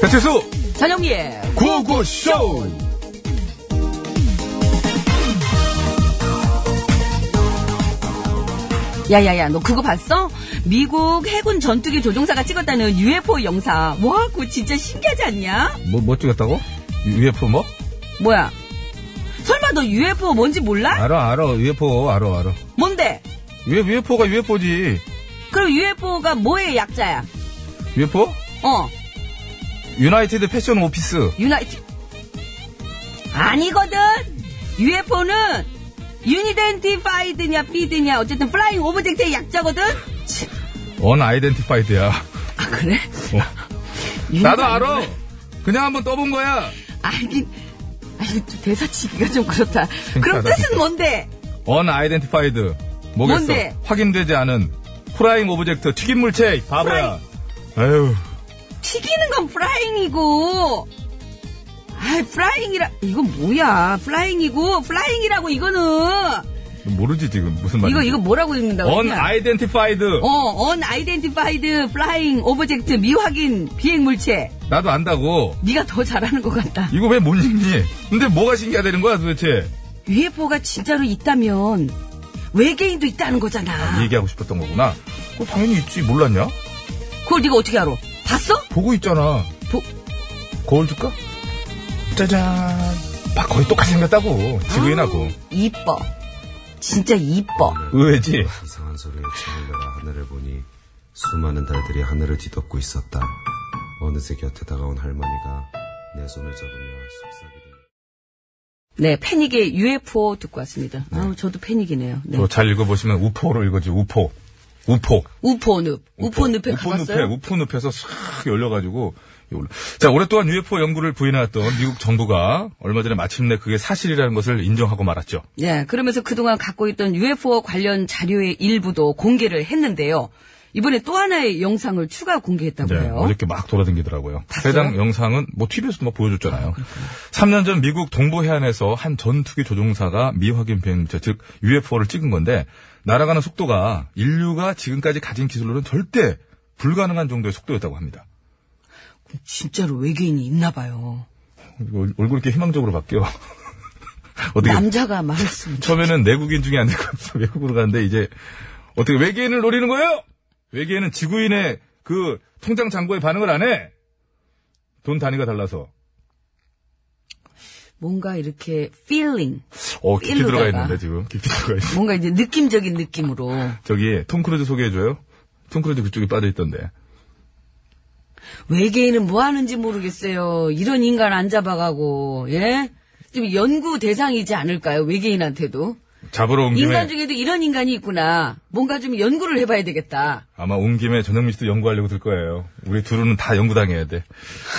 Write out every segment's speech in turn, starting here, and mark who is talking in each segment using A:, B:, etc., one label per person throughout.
A: 배치수
B: 전영미의
A: 구호구쇼
B: 야야야 너 그거 봤어? 미국 해군 전투기 조종사가 찍었다는 UFO 영상 와 그거 진짜 신기하지 않냐?
A: 뭐, 뭐 찍었다고? UFO 뭐?
B: 뭐야 설마 너 UFO 뭔지 몰라?
A: 알아 알아 UFO 알아 알아
B: 뭔데?
A: UFO가 UFO지
B: 그럼 UFO가 뭐의 약자야?
A: UFO?
B: 어
A: 유나이티드 패션 오피스
B: 유나이티 아니거든 UFO는 유니덴티파이드냐 피드냐 어쨌든 플라잉 오브젝트의 약자거든 치,
A: 언아이덴티파이드야
B: 아 그래?
A: 나도 알아 그냥 한번 떠본 거야
B: 알긴 아니 좀 대사치기가 좀 그렇다 그럼
A: 진짜다, 진짜.
B: 뜻은 뭔데?
A: 언아이덴티파이드 뭐겠어
B: 뭔데?
A: 확인되지 않은 프라잉 오브젝트 튀김 물체 바보야 아유
B: 튀기는 건 플라잉이고. 아, 플라잉이라 이건 뭐야? 플라잉이고 플라잉이라고 이거는
A: 모르지 지금 무슨 말이야
B: 이거 이거 뭐라고 읽는다?
A: 언아이덴티파이드
B: 어, unidentified flying object 미확인 비행 물체.
A: 나도 안다고
B: 네가 더 잘하는 것 같다.
A: 이거 왜 못 읽니? 근데 뭐가 신기하다는 거야 도대체?
B: UFO가 진짜로 있다면 외계인도 있다는
A: 이
B: 거잖아.
A: 얘기하고 싶었던 거구나. 어, 당연히 있지 몰랐냐?
B: 그걸 네가 어떻게 알아? 봤어?
A: 보고 있잖아.
B: 보-
A: 거울 줄까? 짜잔. 봐 거의 똑같이 생겼다고 지구인하고
B: 아우, 이뻐. 진짜 이뻐.
A: 의외지.
C: 이상한 소리에 차올려라 하늘을 보니 수많은 달들이 하늘을 뒤덮고 있었다. 어느새 곁에 다가온 할머니가 내 손을 잡으며 속삭이더니
B: 네, 패닉의 UFO 듣고 왔습니다.
A: 네.
B: 아우, 저도 패닉이네요. 네.
A: 또잘 읽어보시면 우포로 읽어지 우포. 우포.
B: 우포늪. 우포늪에
A: 우포
B: 가봤어요?
A: 늪에 우포 늪에서 싹 열려가지고. 올라- 자, 오랫동안 UFO 연구를 부인해왔던 미국 정부가 얼마 전에 마침내 그게 사실이라는 것을 인정하고 말았죠.
B: 예, 그러면서 그동안 갖고 있던 UFO 관련 자료의 일부도 공개를 했는데요. 이번에 또 하나의 영상을 추가 공개했다고
A: 네,
B: 해요.
A: 어저께 막 돌아다니더라고요.
B: 봤어요?
A: 해당 영상은 뭐 TV에서도 막 보여줬잖아요. 3년 전 미국 동부 해안에서 한 전투기 조종사가 미확인 비행체 즉 UFO를 찍은 건데 날아가는 속도가 인류가 지금까지 가진 기술로는 절대 불가능한 정도의 속도였다고 합니다.
B: 진짜로 외계인이 있나 봐요.
A: 이거 얼굴 이렇게 희망적으로 바뀌어.
B: 네.
A: 어떻게
B: 남자가 말했으면 좋-
A: 처음에는 내국인 중에 안 될 것 같아서 외국으로 갔는데 이제 어떻게 외계인을 노리는 거예요? 외계인은 지구인의 그 통장 잔고에 반응을 안 해. 돈 단위가 달라서.
B: 뭔가 이렇게 feeling,
A: 어, 깊이
B: 일루다가.
A: 들어가 있는데, 지금. 깊이 들어가 있어.
B: 뭔가 이제 느낌적인 느낌으로.
A: 저기, 톰 크루즈 소개해줘요? 톰 크루즈 그쪽에 빠져있던데.
B: 외계인은 뭐 하는지 모르겠어요. 이런 인간 안 잡아가고, 예? 좀 연구 대상이지 않을까요? 외계인한테도.
A: 잡으러 온 김에,
B: 인간 중에도 이런 인간이 있구나. 뭔가 좀 연구를 해봐야 되겠다.
A: 아마 온 김에 전영미 씨도 연구하려고 들 거예요. 우리 둘은 다 연구당해야 돼.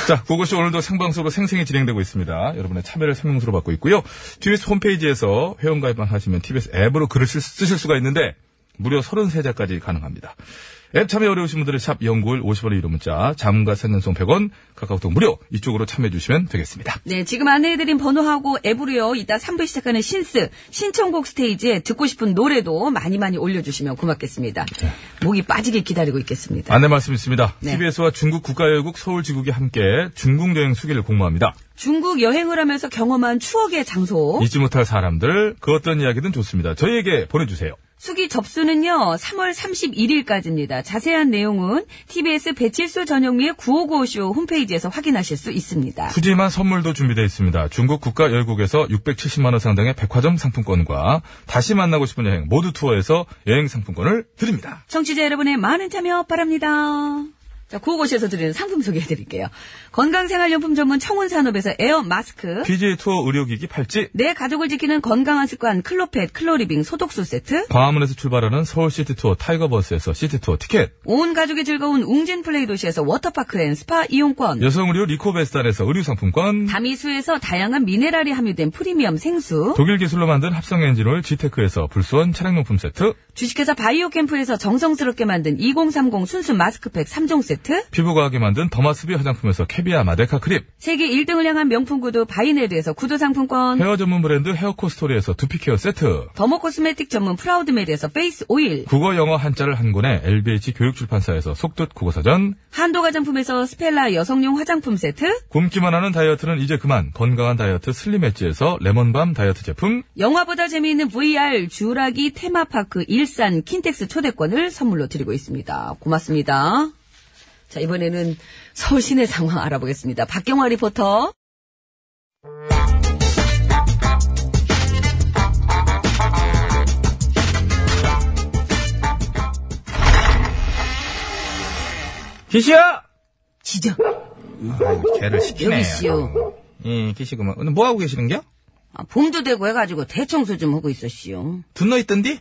A: 자, 그것이 오늘도 생방송으로 생생히 진행되고 있습니다. 여러분의 참여를 생명수로 받고 있고요. TBS 홈페이지에서 회원가입만 하시면 TBS 앱으로 글을 쓸- 쓰실 수가 있는데, 무려 33자까지 가능합니다. 앱 참여 어려우신 분들은 샵 연구일 50원의 이름 문자, 잠과 생년송 100원, 카카오톡 무료 이쪽으로 참여해주시면 되겠습니다.
B: 네, 지금 안내해드린 번호하고 앱으로요, 이따 3부 시작하는 신스, 신청곡 스테이지에 듣고 싶은 노래도 많이 많이 올려주시면 고맙겠습니다. 목이 빠지게 기다리고 있겠습니다.
A: 안내 말씀 있습니다.
B: 네.
A: TBS와 중국 국가여국 서울지국이 함께 중국 여행 수기를 공모합니다.
B: 중국 여행을 하면서 경험한 추억의 장소.
A: 잊지 못할 사람들, 그 어떤 이야기든 좋습니다. 저희에게 보내주세요.
B: 수기 접수는요, 3월 31일까지입니다. 자세한 내용은 TBS 배칠수 전영미의 9595쇼 홈페이지에서 확인하실 수 있습니다.
A: 푸짐한 선물도 준비되어 있습니다. 중국 국가 열국에서 670만원 상당의 백화점 상품권과 다시 만나고 싶은 여행 모두 투어에서 여행 상품권을 드립니다.
B: 청취자 여러분의 많은 참여 바랍니다. 자, 구호고시에서 드리는 상품 소개해드릴게요. 건강생활용품 전문 청운산업에서 에어 마스크.
A: PGA 투어 의료기기 팔찌,
B: 내 가족을 지키는 건강한 습관 클로펫 클로리빙 소독수 세트
A: 광화문에서 출발하는 서울 시티 투어 타이거버스에서 시티 투어 티켓,
B: 온 가족이 즐거운 웅진 플레이 도시에서 워터파크 앤 스파 이용권
A: 여성 의류 리코베스탄에서 의류 상품권,
B: 다미수에서 다양한 미네랄이 함유된 프리미엄 생수
A: 독일 기술로 만든 합성 엔진 오일 지테크에서 불수원 차량용품 세트,
B: 주식회사 바이오캠프에서 정성스럽게 만든 2030 순수 마스크팩 3종 세트,
A: 피부과학이 만든 더마스비 화장품에서 캐비아 마데카 크림,
B: 세계 1등을 향한 명품 구두 바이네르에서 구두 상품권,
A: 헤어 전문 브랜드 헤어코스토리에서 두피케어 세트,
B: 더모 코스메틱 전문 프라우드메리에서 페이스 오일,
A: 국어 영어 한자를 한 권에 LBH 교육출판사에서 속뜻 국어사전,
B: 한도 화장품에서 스펠라 여성용 화장품 세트,
A: 굶기만 하는 다이어트는 이제 그만 건강한 다이어트 슬림 엣지에서 레몬밤 다이어트 제품,
B: 영화보다 재미있는 VR 주라기 테마파크 일산 킨텍스 초대권을 선물로 드리고 있습니다. 고맙습니다. 자, 이번에는 서울 시내 상황 알아보겠습니다. 박경화 리포터.
A: 기시야!
B: 지적.
A: 개를 시키네.
B: 여기시요.
A: 예, 기시구만. 오늘 뭐 하고 계시는겨?
B: 아, 봄도 되고 해가지고 대청소 좀 하고 있었시요.
A: 듣너 있던디?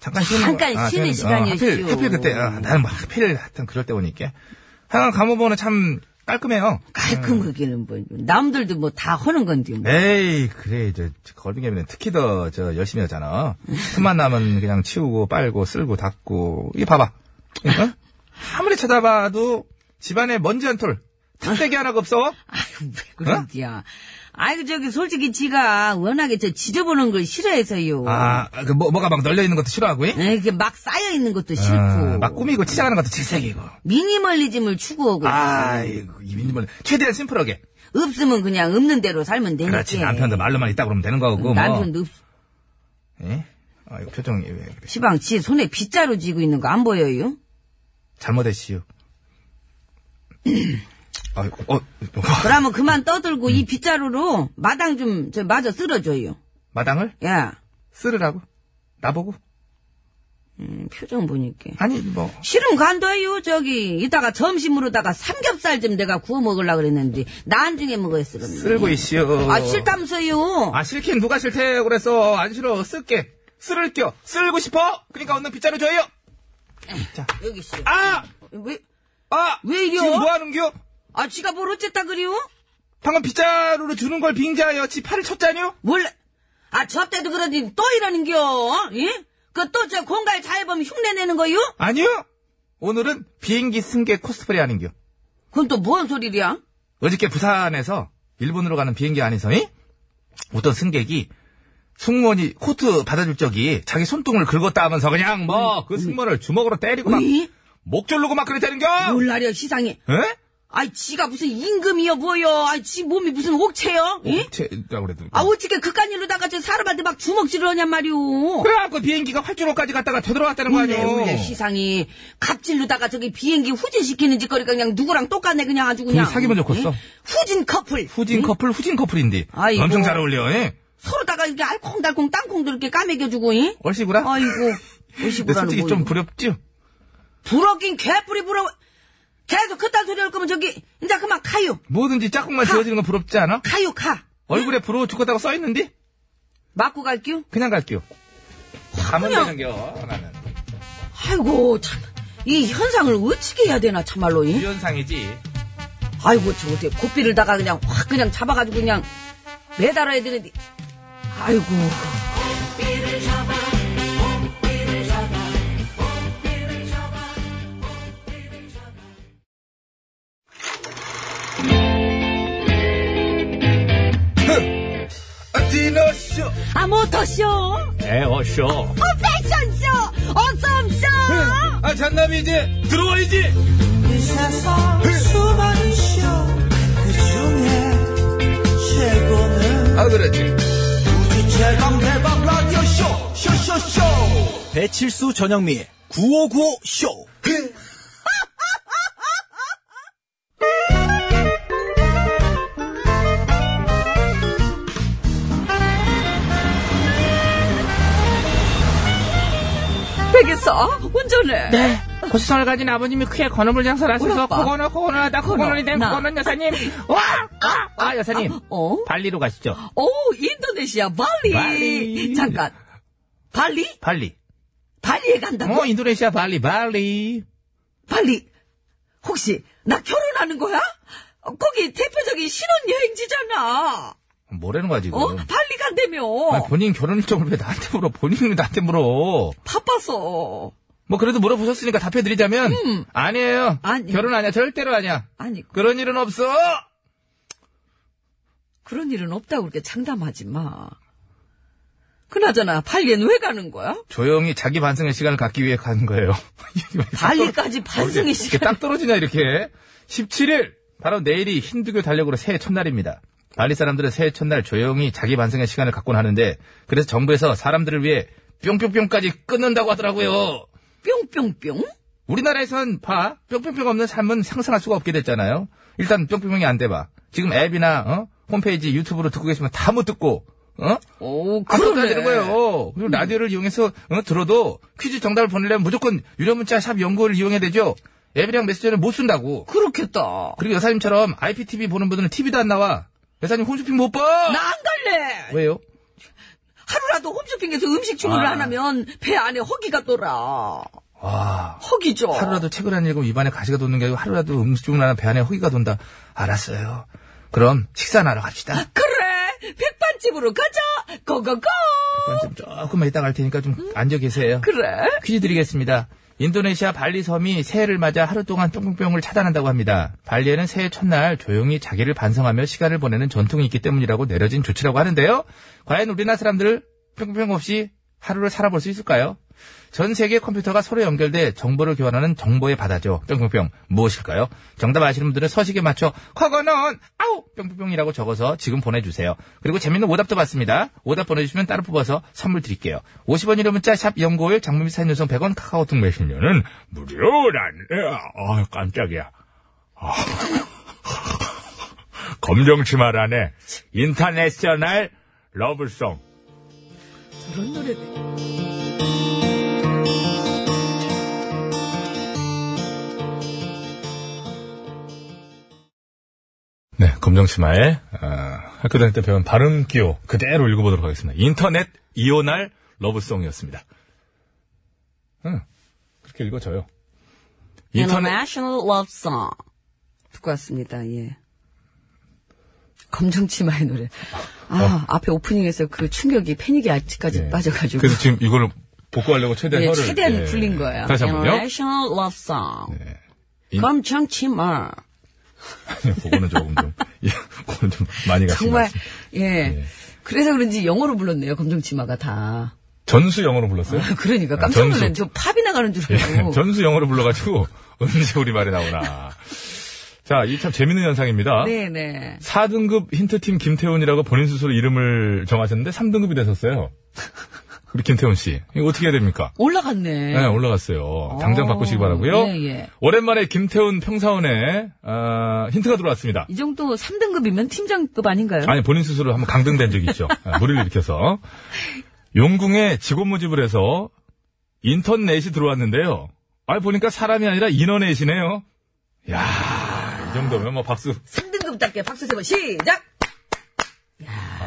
A: 잠깐 쉬는
B: 잠깐
A: 거-
B: 쉬는 시간이었죠.
A: 어, 하필, 하필 그때 어, 나는 뭐 하필 하여튼 그럴 때 오니까 하여간 감옥원은 참 깔끔해요.
B: 깔끔
A: 음.
B: 거기는 뭐 남들도 뭐 다 하는 건데
A: 네.
B: 뭐.
A: 에이 그래 이제 걸빙개미는 특히 더 저 열심히 하잖아. 틈만 나면 그냥 치우고 빨고 쓸고 닦고 이게 봐봐. 어? 아무리 찾아봐도 집안에 먼지 한 톨. 탁대기 하나가 없어?
B: 아유 왜 그런지야. 아이고 저기 솔직히 지가 워낙에 저 지저분한 걸 싫어해서요.
A: 아, 그 뭐, 뭐가 막 널려 있는 것도 싫어하고, 이?
B: 에, 이게 막 쌓여 있는 것도 싫고
A: 아, 막 꾸미고 치장하는 것도 질색이고.
B: 미니멀리즘을 추구하고
A: 아이고, 이 민님은 최대한 심플하게.
B: 있어요. 없으면 그냥 없는 대로 살면 되니까.
A: 그렇지, 남편도 말로만 있다 그러면 되는 거고, 뭐.
B: 음. 남편도 없-
A: 예? 아, 이거 표정이 왜 그래.
B: 시방 지 손에 빗자루 쥐고 있는 거 안 보여요?
A: 잘못했시요.
B: 음.
A: 아이고, 어, 어,
B: 그러면 그만 떠들고
A: 음.
B: 이 빗자루로 마당 좀저 마저 쓸어줘요.
A: 마당을
B: 야
A: 쓰르라고? 나보고?
B: 음, 표정 보니까.
A: 아니, 뭐.
B: 싫으면 간다요 저기 이따가 점심으로다가 삼겹살 좀 내가 구워 먹으려고 그랬는데 나중에 먹어야지
A: 쓸고 있시요.
B: 아 싫다면서요
A: 아, 싫긴 누가 싫대, 그래서. 안 싫어, 쓸게. 쓸을 껴. 쓸고 싶어? 그러니까 오늘 빗자루 줘요! 자.
B: 여기 씨
A: 아!
B: 왜?
A: 아!
B: 왜 이래요?
A: 지금 뭐 하는겨?
B: 아 지가 뭘 어쨌다 그리요?
A: 방금 빗자루로 주는 걸 빙자하여 지 팔을 쳤잖요?
B: 몰라 아 저때도 그러니 또 이러는겨 예? 그 또 저 공갈 자해범 흉내내는 거요?
A: 아니요! 오늘은 비행기 승객 코스프레 하는겨.
B: 그건 또 뭔 소리야?
A: 어저께 부산에서 일본으로 가는 비행기 안에서 이? 어떤 승객이 승무원이 코트 받아줄 적이 자기 손등을 긁었다 하면서 그냥 뭐
B: 음,
A: 그 승무원을 주먹으로 때리고 막
B: 이?
A: 목 졸르고 어, 막 그랬다는겨?
B: 몰라려 시상에
A: 에?
B: 아이 지가 무슨 임금이여 뭐여 아이 지 몸이 무슨 옥체여? 예?
A: 제가 그래도
B: 아 어떻게 그깟 일로다가 저 사람한테 막 주먹질을 하냔 말이오
A: 그래갖고 비행기가 활주로까지 갔다가 되돌아왔다는 거
B: 원래
A: 아니에요?
B: 원래 시상이 갑질로다가 저기 비행기 후진시키는 짓거리가 그냥 누구랑 똑같네 그냥 아주 그냥
A: 둘이 사귀면 좋겠어.
B: 예? 후진 커플
A: 후진 커플 후진 커플인데
B: 아이고.
A: 엄청 잘 어울려. 예?
B: 서로다가 이렇게 알콩달콩 땅콩도 이렇게 까매겨주고 예?
A: 얼씨구라?
B: 아이고
A: 근데
B: 의식으라는
A: 솔직히
B: 뭐
A: 좀
B: 이거.
A: 부럽죠?
B: 부럽긴 개뿔이 부러워 계속 그딴 소리 할 거면 저기 이제 그만 가요
A: 뭐든지 짝꿍만
B: 가.
A: 지어지는 건 부럽지 않아?
B: 가요 가
A: 얼굴에 부러워 죽겠다고 써있는데
B: 맞고 갈게요
A: 그냥 갈게요. 가면
B: 그냥.
A: 되는겨 나는.
B: 아이고 참 이 현상을 어떻게 해야 되나 참말로 예?
A: 유연상이지.
B: 아이고 저 어떻게 고삐를다가 그냥 확 그냥 잡아가지고 그냥 매달아야 되는데 아이고
A: 디너쇼
B: 아 모터쇼
A: 네, 에어쇼
B: 어, 패션쇼 어썸쇼
A: 아 잔남이 이제 들어와야지
D: 이 세상 수많은 쇼그 중에 최고는
A: 아 그렇지
D: 우주 최강 대박 라디오 쇼 쇼쇼쇼 배칠수 전영미의 9595 쇼.
B: 백에서 운전해
E: 네. 고수성을 가진 아버님이 크게 건어물 장사를 하셔서
B: 오락과.
E: 코고너 코고너하다 코고너이 된
B: 나.
E: 코고너 여사님 와! 아, 아 여사님
B: 어?
E: 발리로 가시죠
B: 오 인도네시아 발리,
E: 발리.
B: 잠깐 발리?
E: 발리
B: 발리에 간다고?
E: 어 인도네시아 발리 발리
B: 발리 혹시 나 결혼하는 거야? 어, 거기 대표적인 신혼여행지잖아
A: 뭐라는 거야 지금
B: 어? 발리 간다며
A: 뭐- 아니, 본인 결혼 일정을 왜 나한테 물어 본인이 나한테 물어
B: 바빠서
A: 뭐 그래도 물어보셨으니까 답해드리자면 아니에요.
B: 음. 아니.
A: 결혼 아니야. 절대로 아니야.
B: 아니,
A: 그런 일은 없어.
B: 그런 일은 없다고 그렇게 장담하지 마. 그나저나, 발리엔 왜 가는 거야?
A: 조용히 자기 반성의 시간을 갖기 위해 가는 거예요.
B: 발리까지
A: 어제
B: 반성의
A: 이렇게
B: 시간.
A: 딱 떨어지냐 이렇게. 17일 바로 내일이 힌두교 달력으로 새해 첫날입니다. 발리 사람들은 새해 첫날 조용히 자기 반성의 시간을 갖곤 하는데 그래서 정부에서 사람들을 위해 뿅뿅뿅까지 끊는다고 하더라고요.
B: 뿅뿅뿅?
A: 우리나라에선 봐 뿅뿅뿅 없는 삶은 상상할 수가 없게 됐잖아요. 일단 뿅뿅뿅이 안 돼봐. 지금 앱이나 어? 홈페이지 유튜브로 듣고 계시면 다 못 듣고 어?
B: 오,
A: 그러다
B: 그러네.
A: 되는 거예요. 그리고 라디오를 이용해서 어, 들어도 퀴즈 정답을 보내려면 무조건 유료 문자 샵 연구를 이용해야 되죠. 앱이랑 메시지를 못 쓴다고.
B: 그렇겠다.
A: 그리고 여사님처럼 IPTV 보는 분들은 TV도 안 나와. 여사님 홈쇼핑 못 봐.
B: 나 안 갈래!
A: 왜요?
B: 하루라도 홈쇼핑에서 음식 주문을
A: 아.
B: 안 하면 배 안에 허기가 돌아.
A: 와.
B: 허기죠.
A: 하루라도 책을 안 읽으면 입안에 가시가 도는 게 아니고 하루라도 음식을 하나 배 안에 허기가 돈다. 알았어요. 그럼 식사나 하러 갑시다.
B: 그래! 백반집으로 가자! 고고고!
A: 좀 조금만 이따 갈 테니까 좀 앉아 계세요.
B: 그래?
A: 퀴즈 드리겠습니다. 인도네시아 발리 섬이 새해를 맞아 하루 동안 뿅뿅뿅을 차단한다고 합니다. 발리에는 새해 첫날 조용히 자기를 반성하며 시간을 보내는 전통이 있기 때문이라고 내려진 조치라고 하는데요. 과연 우리나라 사람들 뿅뿅뿅 없이 하루를 살아볼 수 있을까요? 전 세계 컴퓨터가 서로 연결돼 정보를 교환하는 정보의 바다죠. 뿅뿅뿅 무엇일까요? 정답 아시는 분들은 서식에 맞춰 그거는 아우 뿅뿅뿅이라고 적어서 지금 보내주세요. 그리고 재밌는 오답도 받습니다. 오답 보내주시면 따로 뽑아서 선물 드릴게요. 50원 이료 문자 샵 연고일 장문비 사인 요성 100원 카카오톡 메신저는 무료라네요. 아 깜짝이야. 아. 검정치마라네. 인터내셔널 러브송.
B: 그런 노래네.
A: 네, 검정치마의 어, 학교 다닐 때 배운 발음 기호 그대로 읽어보도록 하겠습니다. 인터넷 이오날 러브송이었습니다. 응, 그렇게 읽어져요. 네. 인터넷
B: International Love Song. 듣고 왔습니다, 예. 검정치마의 노래. 아, 앞에 오프닝에서 그 충격이 패닉이 아직까지
A: 어. 예.
B: 네, 빠져가지고.
A: 그래서 지금 이걸 복구하려고 최대한
B: 예,
A: 혀를
B: 최대한
A: 예,
B: 불린 거예요.
A: 다시 한번요. 예.
B: International Love Song.
A: 인-
B: 검정치마.
A: 네, 그거는 조금 좀, 예, 그거는 좀 많이 가신 것
B: 정말,
A: 같습니다.
B: 예. 그래서 그런지 영어로 불렀네요, 검정치마가 다.
A: 전수 영어로 불렀어요?
B: 그러니까
A: 아,
B: 깜짝
A: 전수.
B: 놀랐네. 저 팝이 나가는 줄 알고.
A: 예, 전수 영어로 불러가지고 언제 우리 말에 나오나. 자, 이 참 재밌는 현상입니다.
B: 네네.
A: 4등급 힌트팀 김태훈이라고 본인 스스로 이름을 정하셨는데 3등급이 되셨어요. 우리 김태훈 씨. 이거 어떻게 해야 됩니까?
B: 올라갔네.
A: 네, 올라갔어요. 당장
B: 오,
A: 바꾸시기 바라고요.
B: 예, 예.
A: 오랜만에 김태훈 평사원에 아, 힌트가 들어왔습니다.
B: 이 정도 3등급이면 팀장급 아닌가요?
A: 아니 본인 스스로 한번 강등된 적이 있죠. 아, 무리를 일으켜서 용궁에 직원 모집을 해서 인턴넷이 들어왔는데요. 아 보니까 사람이 아니라 인원넷이네요. 야, 이 정도면 뭐 박수
B: 3등급답게 박수 세번 시작!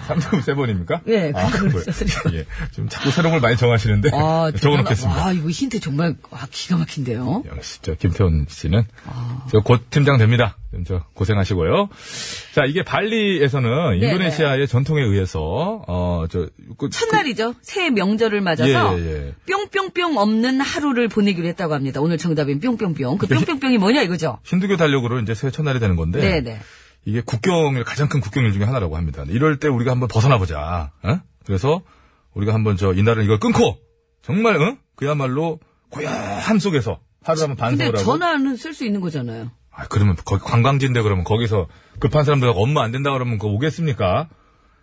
A: 3점 세 번입니까?
B: 예, 그걸
A: 뭐예요.
B: 써드려요.
A: 예, 지금 자꾸 새로운 걸 많이 정하시는데
B: 아,
A: 적어놓겠습니다.
B: 아, 이거 힌트 정말, 아, 기가 막힌데요?
A: 역시 저 김태훈 씨는
B: 아.
A: 저 곧 팀장 됩니다. 좀저 고생하시고요. 자, 이게 발리에서는 인도네시아의 전통에 의해서 어저 그
B: 첫날이죠. 새해 명절을 맞아서
A: 예, 예, 예.
B: 뿅뿅뿅 없는 하루를 보내기로 했다고 합니다. 오늘 정답인 뿅뿅뿅. 그 뿅뿅뿅이 뭐냐 이거죠?
A: 힌두교 달력으로 이제 새해 첫날이 되는 건데
B: 네, 네.
A: 이게 국경일 가장 큰 국경일 중에 하나라고 합니다. 이럴 때 우리가 한번 벗어나 보자. 어? 그래서 우리가 한번 저 이날은 이걸 끊고 정말 어? 그야말로 고요함 속에서 하루 한번 반성을
B: 근데
A: 하고
B: 전화는 쓸 수 있는 거잖아요.
A: 아, 그러면 거기 관광지인데 그러면 거기서 급한 사람들 업무 안 된다 그러면 그거 오겠습니까?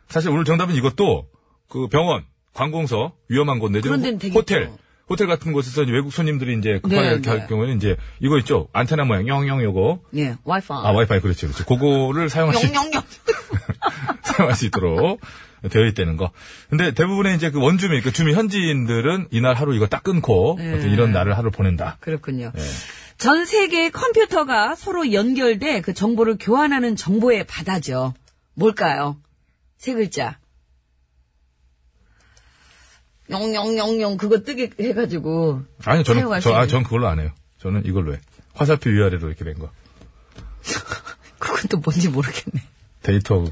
A: 사실 오늘 정답은 이것도 그 병원, 관공서, 위험한 곳 내지는
B: 그런 데는
A: 호-
B: 되겠죠.
A: 호텔, 호텔 같은 곳에서 이제 외국 손님들이 이제 급하게
B: 네,
A: 이렇게
B: 네.
A: 할 경우에는 이제 이거 있죠. 안테나 모양 영영 요거.
B: 예, 와이파이.
A: 아, 와이파이 그렇지 그렇지. 그거를 사용할 수 있-
B: 영영영.
A: 사용할 수 있도록 되어 있다는 거. 근데 대부분의 이제 그 원주민, 그 주민 현지인들은 이날 하루 이거 딱 끊고
B: 네.
A: 어떤 이런 날을 하루 보낸다.
B: 그렇군요.
A: 네.
B: 전 세계의 컴퓨터가 서로 연결돼 그 정보를 교환하는 정보의 바다죠. 뭘까요? 세 글자. 영영영영 그거 뜨게 해가지고
A: 아니 저는
B: 사용할
A: 저,
B: 수
A: 아,
B: 있는.
A: 전 그걸로 안 해요. 저는 이걸로 해. 화살표 위아래로 이렇게 된 거.
B: 그건 또 뭔지 모르겠네.
A: 데이터 그거.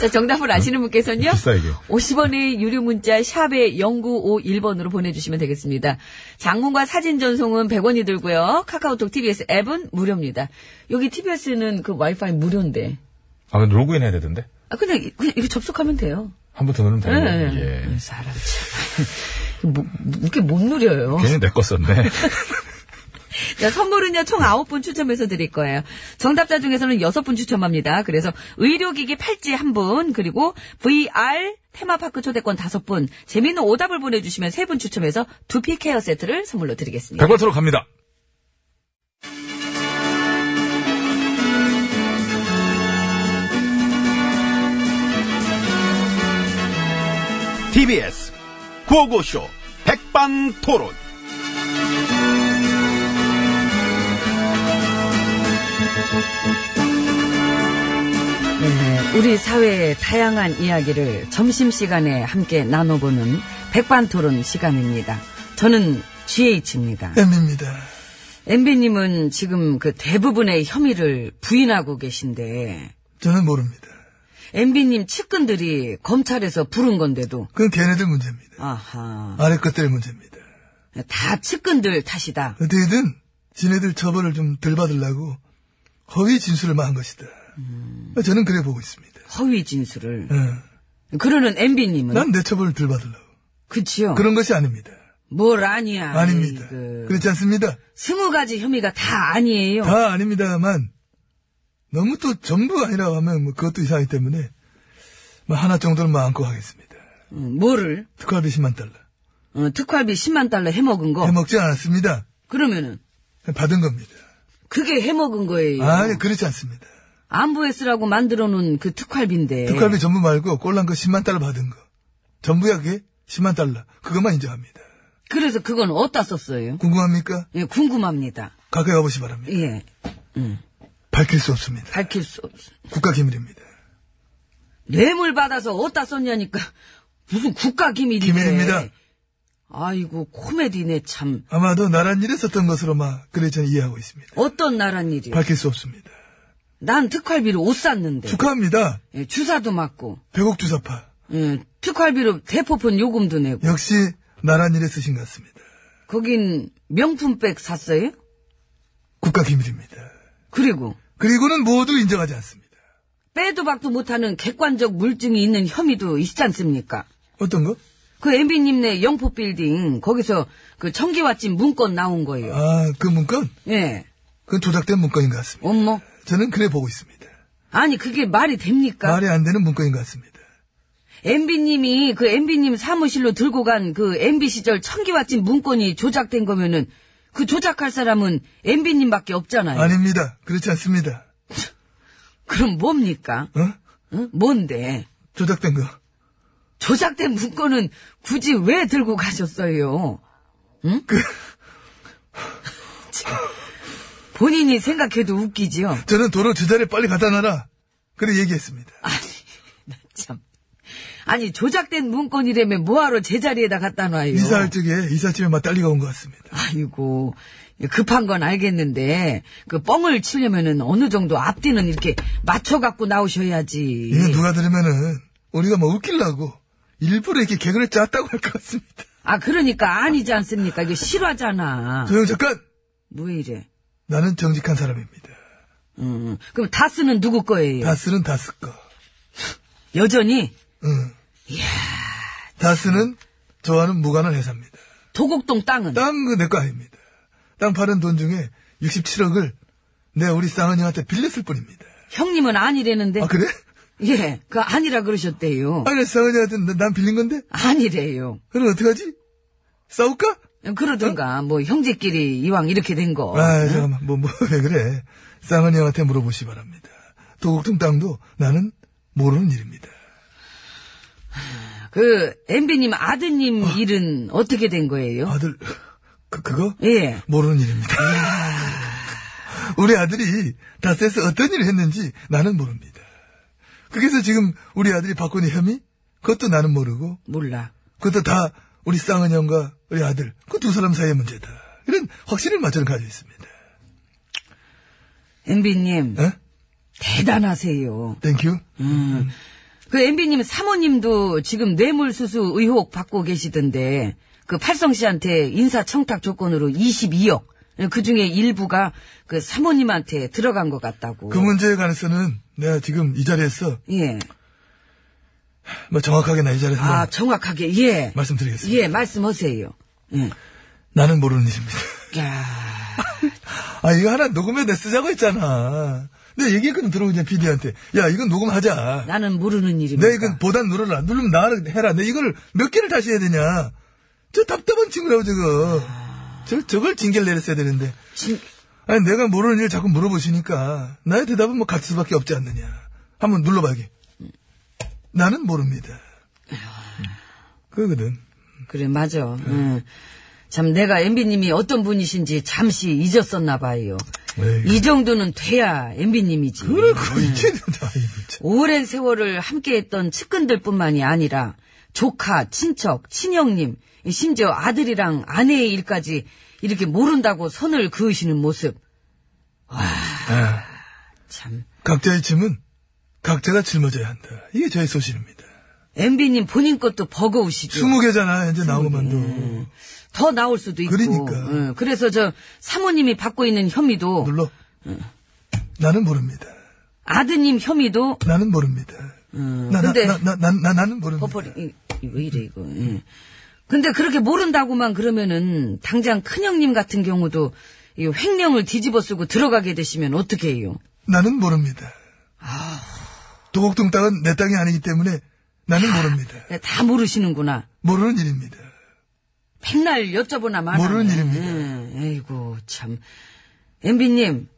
B: 자, 정답을 아시는 분께서는요.
A: 비싸게.
B: 50원의 유료 문자 샵에 0951번으로 보내주시면 되겠습니다. 장문과 사진 전송은 100원이 들고요. 카카오톡 TBS 앱은 무료입니다. 여기 TBS는 그 와이파이 무료인데.
A: 아마 로그인 해야 되던데?
B: 아, 근데 그냥 이거 접속하면 돼요.
A: 한 번 더 넣으면 되는
B: 네.
A: 거 예.
B: 사람 참. 뭐, 이렇게 못 누려요.
A: 괜히 내 거 썼네.
B: 자, 선물은요, 총 9분 추첨해서 드릴 거예요. 정답자 중에서는 6분 추첨합니다. 그래서 의료기기 팔찌 1분, 그리고 VR 테마파크 초대권 5분, 재미있는 오답을 보내주시면 3분 추첨해서 두피 케어 세트를 선물로 드리겠습니다.
A: 백발토로 갑니다.
F: TBS 구호고쇼 백반토론.
B: 네, 우리 사회의 다양한 이야기를 점심시간에 함께 나눠보는 백반토론 시간입니다. 저는 GH입니다.
D: 엠입니다.
B: MB님은 지금 그 대부분의 혐의를 부인하고 계신데,
D: 저는 모릅니다.
B: MB님 측근들이 검찰에서 부른 건데도,
D: 그건 걔네들 문제입니다.
B: 아하.
D: 아래 것들 문제입니다.
B: 다 측근들 탓이다.
D: 어떻게든 지네들 처벌을 좀 덜 받으려고 허위 진술을 막 한 것이다. 저는 그래 보고 있습니다.
B: 허위 진술을.
D: 예.
B: 그러는 MB님은.
D: 난 내 처벌을 덜 받으려고.
B: 그치요.
D: 그런 것이 아닙니다.
B: 뭘 어. 아니야.
D: 아닙니다.
B: 그...
D: 그렇지 않습니다.
B: 스무 가지 혐의가 다 아니에요.
D: 다 아닙니다만 너무 또 전부 아니라고 하면 뭐 그것도 이상하기 때문에 뭐 하나 정도는 마음껏 하겠습니다.
B: 음, 뭐를?
D: 특활비 10만 달러
B: 어, 특활비 10만 달러 해먹은 거.
D: 해먹지 않았습니다.
B: 그러면은
D: 받은 겁니다.
B: 그게 해먹은 거예요.
D: 아니 그렇지 않습니다.
B: 안부에 쓰라고 만들어놓은 그 특활비인데.
D: 특활비 전부 말고 꼴랑 그 10만 달러 받은 거 전부야 그게 10만 달러 그것만 인정합니다.
B: 그래서 그건 어디다 썼어요?
D: 궁금합니까?
B: 예, 궁금합니다.
D: 가까이 와보시 바랍니다.
B: 예,
D: 밝힐 수 없습니다.
B: 밝힐 수 없어.
D: 국가 기밀입니다.
B: 뇌물 받아서 어디다 썼냐니까 무슨 국가 기밀인데.
D: 기밀입니다.
B: 아이고 코미디네 참.
D: 아마도 나란 일에 썼던 것으로 막 그래 저는 이해하고 있습니다.
B: 어떤 나란 일이요?
D: 밝힐 수 없습니다.
B: 난 특활비로 옷 샀는데.
D: 축하합니다.
B: 예, 주사도 맞고.
D: 백옥 주사파.
B: 예, 특활비로 대포폰 요금도 내고.
D: 역시 나란 일에 쓰신 것 같습니다.
B: 거긴 명품백 샀어요?
D: 국가 기밀입니다.
B: 그리고
D: 그리고는 모두 인정하지 않습니다.
B: 빼도 박도 못하는 객관적 물증이 있는 혐의도 있지 않습니까?
D: 어떤 거?
B: 그 MB님네 영포빌딩 거기서 그 청기와집 문건 나온 거예요.
D: 아, 그 문건?
B: 예,
D: 그건 조작된 문건인 것 같습니다.
B: 엄마.
D: 저는 그래 보고 있습니다.
B: 아니 그게 말이 됩니까?
D: 말이 안 되는 문건인 것 같습니다.
B: MB님이 그 MB님 사무실로 들고 간 그 MB 시절 청기와집 문건이 조작된 거면은 그 조작할 사람은 MB님밖에 없잖아요.
D: 아닙니다. 그렇지 않습니다.
B: 그럼 뭡니까?
D: 어?
B: 응? 뭔데?
D: 조작된 거.
B: 조작된 문건은 굳이 왜 들고 가셨어요? 응?
D: 그
B: 참, 본인이 생각해도 웃기지요?
D: 저는 도로 제자리에 빨리 갖다 놔라. 그래 얘기했습니다.
B: 아니, 나 참. 아니, 조작된 문건이라며 뭐하러 제자리에다 갖다 놔요?
D: 이사할 적에 이사집에 맞달리가 온 것 같습니다.
B: 아이고, 급한 건 알겠는데, 그 뻥을 치려면은 어느 정도 앞뒤는 이렇게 맞춰갖고 나오셔야지.
D: 이거 예, 누가 들으면은 우리가 뭐 웃기려고 일부러 이렇게 개그를 짰다고 할 것 같습니다.
B: 아, 그러니까 아니지 않습니까? 이게 실화잖아.
D: 조용 잠깐!
B: 왜 이래?
D: 나는 정직한 사람입니다.
B: 음, 그럼 다스는 누구 거예요?
D: 다스는 다스 거.
B: 여전히
D: 응. 다스는 좋아하는 무관한 회사입니다.
B: 도곡동 땅은
D: 땅내거 아닙니다. 땅 파는 돈 중에 67억을 내 우리 쌍은이한테 빌렸을 뿐입니다.
B: 형님은 아니래는데
D: 아 그래?
B: 예, 그 아니라 그러셨대요.
D: 아니 쌍은이한테 나- 난 빌린 건데?
B: 아니래요.
D: 그럼 어떡하지? 싸울까?
B: 그러든가 뭐 형제끼리 이왕 이렇게 된 거.
D: 아 잠깐만 뭐 뭐 왜 그래? 쌍은이 형한테 물어보시 바랍니다. 도곡동 땅도 나는 모르는 일입니다.
B: 그 엠비님 아드님 일은 어떻게 된 거예요?
D: 아들 그 그거?
B: 예.
D: 모르는 일입니다. 우리 아들이 다스에서 어떤 일을 했는지 나는 모릅니다. 그래서 지금 우리 아들이 바꾼 혐의? 그것도 나는 모르고,
B: 몰라.
D: 그것도 다 우리 쌍은 형과 우리 아들, 그 두 사람 사이의 문제다. 이런 확신을 마저는 가지고 있습니다. 어?
B: 엠비님
D: 에?
B: 대단하세요.
D: 땡큐?
B: 음. 그 MB님 사모님도 지금 뇌물수수 의혹 받고 계시던데, 그 팔성 씨한테 인사청탁 조건으로 22억, 그 중에 일부가 그 사모님한테 들어간 것 같다고.
D: 그 문제에 관해서는 내가 지금 이 자리에서
B: 예.
D: 뭐 정확하게 나 이 자리에서
B: 아,
D: 한번
B: 정확하게, 예.
D: 네. 말씀드리겠습니다.
B: 예, 말씀하세요. 예.
D: 나는 모르는 일입니다.
B: 야
D: 아 이거 하나 녹음해 내 쓰자고 했잖아. 내가 얘기했거든 들어오자 PD한테. 야 이건 녹음하자.
B: 나는 모르는 일입니다.
D: 내 네, 이건 보단 누르라 누르면 나를 해라. 내 이걸 몇 개를 다시 해야 되냐. 저 답답한 친구라고 저거.
B: 아.
D: 저 저걸 징계를 내렸어야 되는데.
B: 진-
D: 아니 내가 모르는 일 자꾸 물어보시니까 나의 대답은 뭐 같을 수밖에 없지 않느냐. 한번 눌러봐야게.
B: 음.
D: 나는 모릅니다.
B: 아.
D: 그거거든.
B: 그래, 맞아. 예. 참, 내가 MB님이 어떤 분이신지 잠시 잊었었나 봐요.
D: 에이.
B: 이 정도는 돼야 MB님이지.
D: 네. 그거 뭐 이게 다뭐 이거 참.
B: 오랜 세월을 함께했던 측근들뿐만이 아니라 조카, 친척, 친형님, 심지어 아들이랑 아내의 일까지 이렇게 모른다고 선을 그으시는 모습.
D: 네.
B: 와, 참.
D: 각자의 짐은 각자가 짊어져야 한다. 이게 저의 소신입니다.
B: MB님 본인 것도 버거우시죠.
D: 스무 개잖아 이제
B: 음.
D: 나오고만도.
B: 더 나올 수도 있고.
D: 그러니까.
B: 응, 그래서 저 사모님이 받고 있는 혐의도
D: 눌러.
B: 음.
D: 나는 모릅니다.
B: 아드님 혐의도
D: 나는 모릅니다. 나, 나,
B: 음. 근데-
D: 나, 나, 나, 나, 나는 모릅니다.
B: 버퍼리 이- 이왜 이래 이거. 예. 근데 그렇게 모른다고만 그러면은 당장 큰형님 같은 경우도 이 횡령을 뒤집어쓰고 들어가게 되시면 어떻게 해요?
D: 나는 모릅니다.
B: 아.
D: 도곡동 땅은 내 땅이 아니기 때문에 나는
B: 아.
D: 모릅니다.
B: 네, 다 모르시는구나.
D: 모르는 일입니다.
B: 백날 여쭤보나 말아.
D: 모르는 일입니다.
B: 에이고 참. 엠비님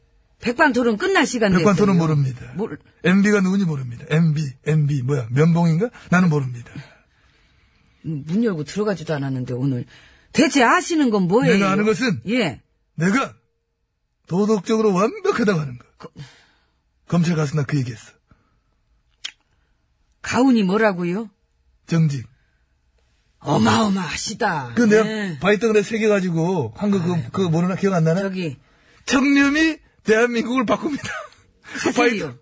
B: 백반토론 끝날 시간 됐어요. 뭐,
D: 백반토는 모릅니다.
B: 모르-
D: MB가 누군지 모릅니다. MB, MB 뭐야 면봉인가? 나는 모릅니다.
B: 문 열고 들어가지도 않았는데 오늘 대체 아시는 건 뭐예요?
D: 내가 아는 것은
B: 예.
D: 내가 도덕적으로 완벽하다고 하는 거. 검찰 가서 나 그 얘기했어.
B: 가훈이 뭐라고요?
D: 정직.
B: 어마어마하시다.
D: 그 내가
B: 예.
D: 바이든에 새겨 가지고 한 거 그거 그거 모르나 기억 안 나나?
B: 아, 네. 저기
D: 청렴이 대한민국을 바꿉니다. 그
B: 가세요.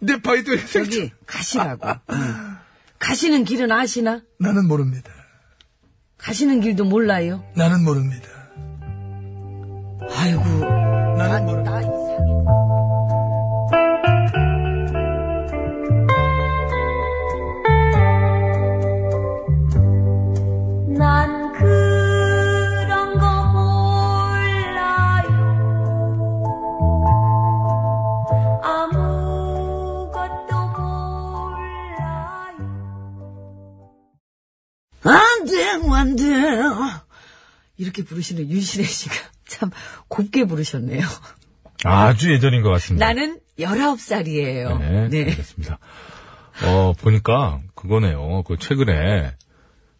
D: 내 바이든에 새겨.
B: 저기 음. 가시라고. 응. 가시는 길은 아시나?
D: 나는 모릅니다.
B: 가시는 길도 몰라요.
D: 나는 모릅니다.
B: 아이고.
D: 나는 모릅니다.
B: 나 이상해.
G: 난 그런 거 몰라요. 아무것도 몰라요.
B: 안 돼, 안 돼. 이렇게 부르시는 윤신혜 씨가 참 곱게 부르셨네요.
A: 아주 예전인 것 같습니다.
B: 나는 19살이에요.
A: 네, 알겠습니다. 어, 보니까 그거네요. 그 최근에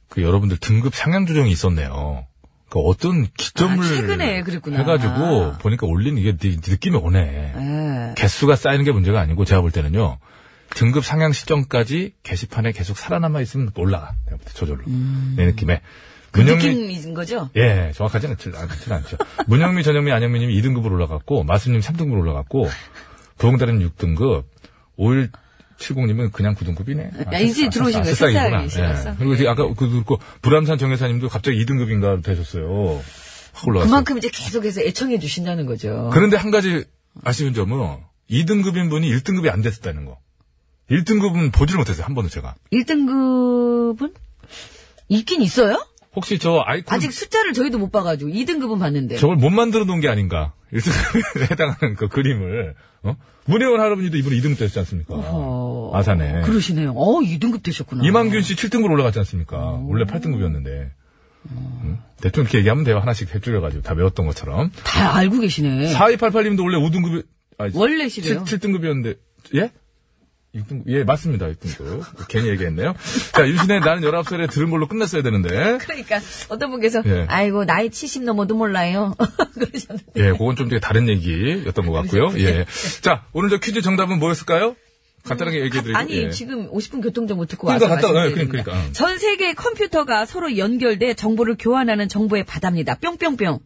A: 그 여러분들 등급 상향 조정이 있었네요. 그 어떤 기점을
B: 아, 최근에 그랬구나. 아.
A: 해가지고 보니까 올린 이게 느- 느낌이 오네.
B: 예.
A: 개수가 쌓이는 게 문제가 아니고 제가 볼 때는요. 등급 상향 시점까지 게시판에 계속 살아남아 있으면 올라가. 내가 볼 때 저절로. 내 느낌에. 문영미,
B: 음. 그 느낌인 거죠?
A: 예, 정확하지 않지, 않지 않죠. 문영미, 전영미, 안영미님 2등급으로 올라갔고, 마수님 3등급으로 올라갔고, 부흥다림 6등급, 5170님은 그냥 9등급이네.
B: 아,
A: 아,
B: 야, 이제 들어오신 거예요, 새싹이시라서.
A: 그리고 지금 아까 그, 그, 불암산 정혜사님도 갑자기 2등급인가 되셨어요. 확 올라갔어요.
B: 그만큼 이제 계속해서 애청해 주신다는 거죠.
A: 그런데 한 가지 아쉬운 점은 2등급인 분이 1등급이 안 됐다는 거. 1등급은 보질 못했어요. 한 번도 제가.
B: 1등급은 있긴 있어요?
A: 혹시 저 아이콘
B: 아직 숫자를 저희도 못 봐가지고 2등급은 봤는데.
A: 저걸 못 만들어 놓은 게 아닌가. 1등급에 해당하는 그 그림을. 어? 문혜원 할아버지도 이번에 2등급 되셨지 않습니까?
B: 어허.
A: 아사네.
B: 그러시네요. 어, 2등급 되셨구나.
A: 이만균 씨 7등급 올라갔지 않습니까?
B: 어.
A: 원래 8등급이었는데. 대충 이렇게 얘기하면 돼요. 하나씩 해줄여가지고 다 외웠던 것처럼.
B: 다 알고 계시네.
A: 4288님도 원래 5등급이, 아
B: 원래
A: 칠
B: 시래요.
A: 7등급이었는데, 예? 6등급? 예, 맞습니다. 6등급. 괜히 얘기했네요. 자, 윤신의 나는 19살에 들은 걸로 끝났어야 되는데.
B: 그러니까 어떤 분께서
A: 예.
B: 아이고 나이 70 넘어도 몰라요. 그러셨는데.
A: 예, 그건 좀 되게 다른 얘기였던 것 같고요. 예. 자, 오늘 저 퀴즈 정답은 뭐였을까요? 간단하게 얘기해드리고.
B: 아니
A: 예.
B: 지금 50분 교통정보 듣고
A: 그러니까
B: 와서
A: 갔다 와요.
B: 말씀드립니다.
A: 그러니까, 그러니까.
B: 전 세계 컴퓨터가 서로 연결돼 정보를 교환하는 정보의 바다입니다. 뿅뿅뿅.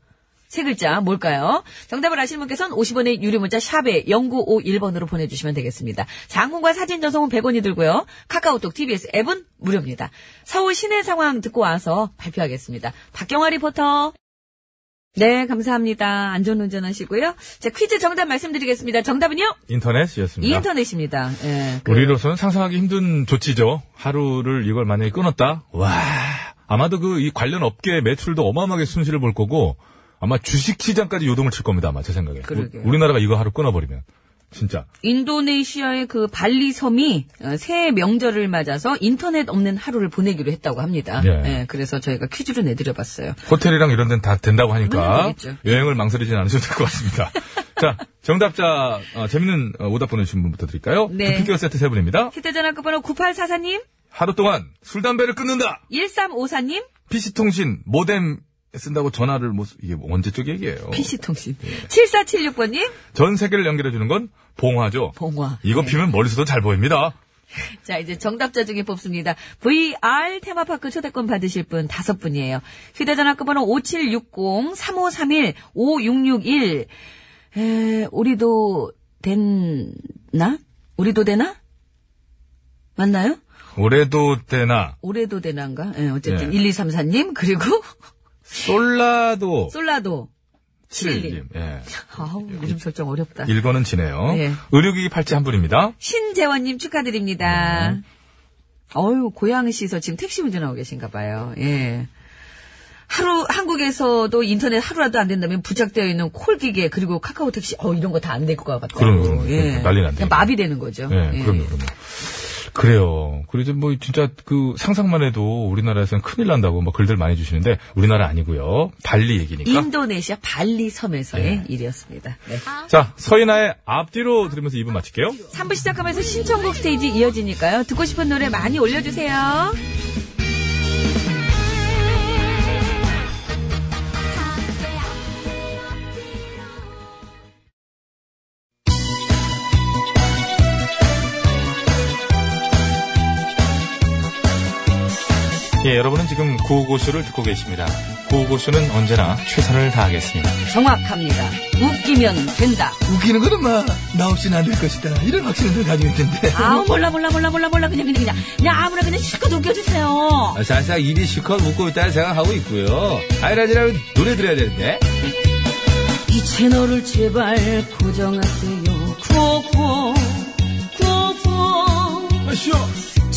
B: 세 글자 뭘까요? 정답을 아시는 분께서는 50원의 유료 문자 샵에 0951번으로 보내주시면 되겠습니다. 장문과 사진 전송은 100원이 들고요. 카카오톡, TBS 앱은 무료입니다. 서울 시내 상황 듣고 와서 발표하겠습니다. 박경화 리포터. 네, 감사합니다. 안전운전 하시고요. 자, 퀴즈 정답 말씀드리겠습니다. 정답은요?
A: 인터넷이었습니다.
B: 인터넷입니다. 예. 그
A: 우리로서는 상상하기 힘든 조치죠. 하루를 이걸 만약에 끊었다? 와. 아마도 그 이 관련 업계 매출도 어마어마하게 순실을 볼 거고 아마 주식 시장까지 요동을 칠 겁니다. 아마 제 생각에.
B: 그러게요.
A: 우, 리나라가 이거 하루 끊어버리면. 진짜.
B: 인도네시아의 그 발리섬이 어, 새해 명절을 맞아서 인터넷 없는 하루를 보내기로 했다고 합니다.
A: 예.
B: 예, 그래서 저희가 퀴즈를 내드려봤어요.
A: 호텔이랑 이런 데는 다 된다고
B: 물론
A: 하니까
B: 되겠죠.
A: 여행을 망설이진 않으셔도 될 것 같습니다. 자, 정답자, 어, 재밌는 어, 오답 보내주신 분부터 드릴까요? 그
B: 네.
A: 두피케어 세트 세 분입니다.
B: 휴대전화 끝번호 9844님,
A: 하루 동안 술, 담배를 끊는다!
B: 1354님,
A: PC통신, 모뎀 쓴다고 전화를 못, 쓰- 이게 뭐 언제 쪽 얘기예요?
B: PC통신, 7476번님,
A: 전 세계를 연결해주는 건 봉화죠.
B: 봉화.
A: 이거
B: 네.
A: 피면 멀리서도 잘 보입니다.
B: 자, 이제 정답자 중에 뽑습니다. VR 테마파크 초대권 받으실 분 다섯 분이에요. 휴대전화 끝번호 5760-3531-5661. 에, 우리도 됐나? 우리도 되나? 맞나요?
A: 올해도 되나,
B: 올해도 되나인가? 예, 어쨌든
A: 예. 어.
B: 1234님, 그리고
A: 솔라도
B: 솔라도. 칠님.
A: 7님. 예.
B: 아우, 이름 설정 어렵다.
A: 읽어는 지네요.
B: 예.
A: 의료기기 팔찌 한 분입니다.
B: 신재원님 축하드립니다.
A: 네.
B: 어유 고양시에서 지금 택시 운전하고 계신가 봐요. 예. 하루, 한국에서도 인터넷 하루라도 안 된다면 부착되어 있는 콜기계, 그리고 카카오 택시, 어, 이런 거 다 안 될 것 같아요. 예.
A: 그럼요, 그럼요. 난리 났네요.
B: 그냥 마비되는 거죠.
A: 예, 그럼요, 그럼요. 그래요. 그리고 이제 뭐 진짜 그 상상만 해도 우리나라에서는 큰일 난다고 막 글들 많이 주시는데 우리나라 아니고요. 발리 얘기니까. 예.
B: 인도네시아 발리 섬에서의 일이었습니다. 네.
A: 자, 서인아의 앞뒤로 들으면서 2분 마칠게요.
B: 3부 시작하면서 신청곡 스테이지 이어지니까요. 듣고 싶은 노래 많이 올려주세요.
A: 예, 여러분은 지금 구호고쇼를 듣고 계십니다. 구호고쇼는 언제나 최선을 다하겠습니다.
B: 정확합니다. 웃기면 된다.
D: 웃기는 거는 막 나 없이는 안 될 것이다. 이런 확신을 늘 가지고 있던데.
B: 아우 몰라 몰라 몰라 몰라 몰라 그냥 그냥 그냥 그냥 아무나 그냥 실컷 웃겨주세요.
E: 사실상 아, 입이 실컷 웃고 있다는 생각하고 있고요. 아이라지라면 노래 들어야 되는데.
B: 이 채널을 제발 고정하세요. 구호구호 구호구호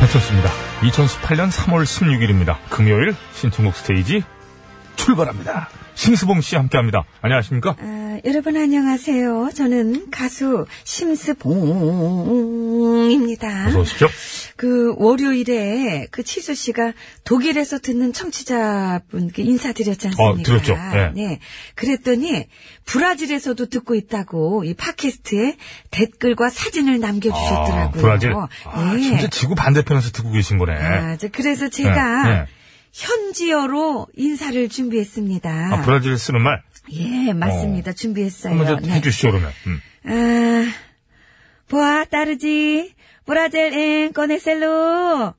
A: 배쳤습니다. 2018년 3월 16일입니다. 금요일 신청곡 스테이지 출발합니다. 심수봉 씨 함께합니다. 안녕하십니까?
B: 아, 여러분 안녕하세요. 저는 가수 심스봉입니다.
A: 어서 오십시오.
B: 그 월요일에 그 치수 씨가 독일에서 듣는 청취자분께 인사드렸지 않습니까?
A: 아, 드렸죠. 네.
B: 그랬더니 브라질에서도 듣고 있다고 이 팟캐스트에 댓글과 사진을 남겨주셨더라고요.
A: 아, 브라질. 아,
B: 예.
A: 진짜 지구 반대편에서 듣고 계신 거네.
B: 아, 저 그래서 제가
A: 네, 네.
B: 현지어로 인사를 준비했습니다.
A: 아, 브라질 쓰는 말.
B: 예, 맞습니다. 준비했어요.
A: 한번 좀
B: 네.
A: 해주시죠, 그러면. 음.
B: 아, 보아 따르지 브라질 엔 꺼네셀로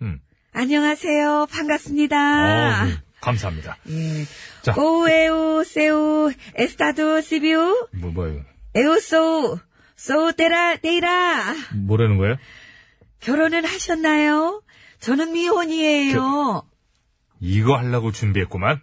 A: 음.
B: 안녕하세요 반갑습니다
A: 어, 네. 감사합니다. 자.
B: 오에오 세오 에스타도 시비오
A: 뭐, 뭐예요?
B: 에오소 소테라 데이라
A: 뭐라는 거예요?
B: 결혼은 하셨나요? 저는 미혼이에요
A: 이거 하려고 준비했구만.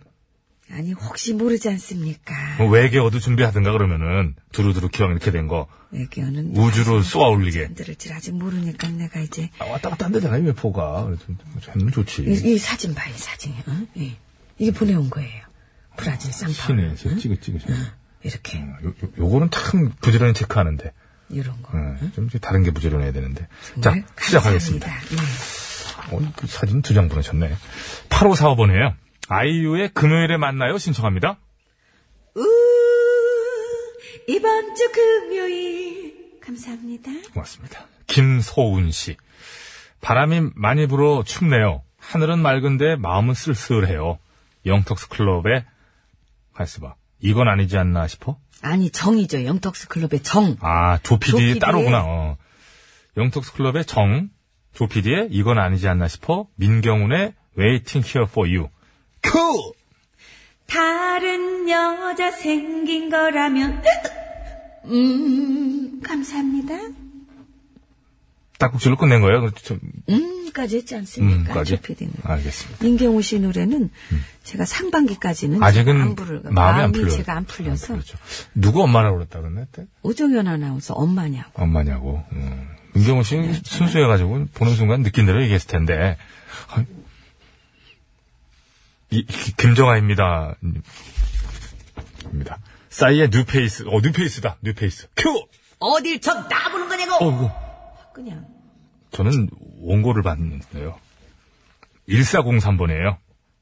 B: 아니 혹시 모르지 않습니까
A: 뭐 외계어도 준비하든가 그러면은 두루두루 기왕 이렇게 된 거
B: 외교는
A: 우주로 쏘아 올리게.
B: 들을지 아직 모르니까 내가 이제
A: 아, 왔다 갔다 한다잖아요, 외포가. 그래서 좀 하면 좋지.
B: 이, 이 사진 봐, 이 사진. 어? 예. 이게 보내온 거예요. 브라질 쌍파
A: 시네. 지금 찍어, 찍으셨네.
B: 이렇게
A: 요, 요, 요거는 참 부지런히 체크하는데.
B: 이런 거.
A: 예, 좀 이제 다른 게 부지런해야 되는데. 자,
B: 정말
A: 시작하겠습니다.
B: 감사합니다. 네.
A: 어, 그 사진 두 장 보내셨네. 8545번이에요. 아이유의 금요일에 만나요 신청합니다.
B: 우 이번 주 금요일 감사합니다.
A: 고맙습니다. 김소은 씨. 바람이 많이 불어 춥네요. 하늘은 맑은데 마음은 쓸쓸해요. 영턱스 클럽의 가스바. 이건 아니지 않나 싶어?
B: 아니 정이죠 영턱스 클럽의 정.
A: 아, 조피디
B: 조피디의-
A: 따로구나. 어. 영턱스 클럽의 정, 조피디의 이건 아니지 않나 싶어, 민경훈의 Waiting Here for You.
D: 코!
G: 다른 여자 생긴 거라면 음 감사합니다
A: 딱국질로 끝낸 거예요. 그 좀,
B: 음까지 했지 않습니까?
A: 음까지.
B: 조피디는.
A: 알겠습니다.
B: 민경우 씨 노래는 제가 상반기까지는
A: 아직은
B: 안 부를 거예요.
A: 마음이 안 풀려요.
B: 제가 안 풀려서
A: 그렇죠. 누구 엄마라고 그랬다 그랬나 그때?
B: 오정현 아나운서 엄마냐고.
A: 엄마냐고. 음. 민경훈
B: 네.
A: 씨는 순수해가지고 보는 순간 느낀 대로 얘기했을 텐데. 아, 이, 이- 김정아입니다. 입니다. 싸이의 뉴페이스. 어, 뉴페이스다. 뉴페이스. 큐!
B: 어딜 저 나보는 거냐고.
A: 어, 이거.
B: 그냥
A: 저는 원고를 봤는데요. 1403번이에요.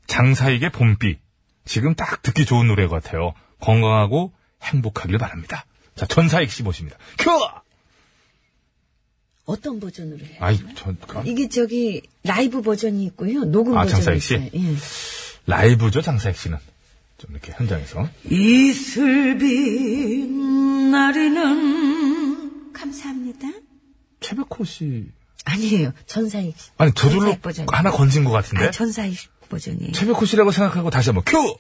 A: 장사익의 봄비. 지금 딱 듣기 좋은 노래 같아요. 건강하고 행복하길 바랍니다. 자, 전사익 씨 모십니다. 큐!
B: 어떤 버전으로 해요?
A: 아이, 전,
B: 이게 저기 라이브 버전이 있고요. 녹음
A: 아,
B: 버전이
A: 장사익 씨?
B: 있어요. 예.
A: 라이브죠, 장사익 씨는. 좀 이렇게 현장에서.
B: 이슬비 날이는
G: 감사합니다
A: 최백호 씨.
B: 아니에요. 전사익 씨.
A: 아니, 저절로
B: 전사익 버전이에요.
A: 하나 건진 것 같은데?
B: 아니, 전사익 버전이에요.
A: 최백호 씨라고 생각하고 다시 한번 큐!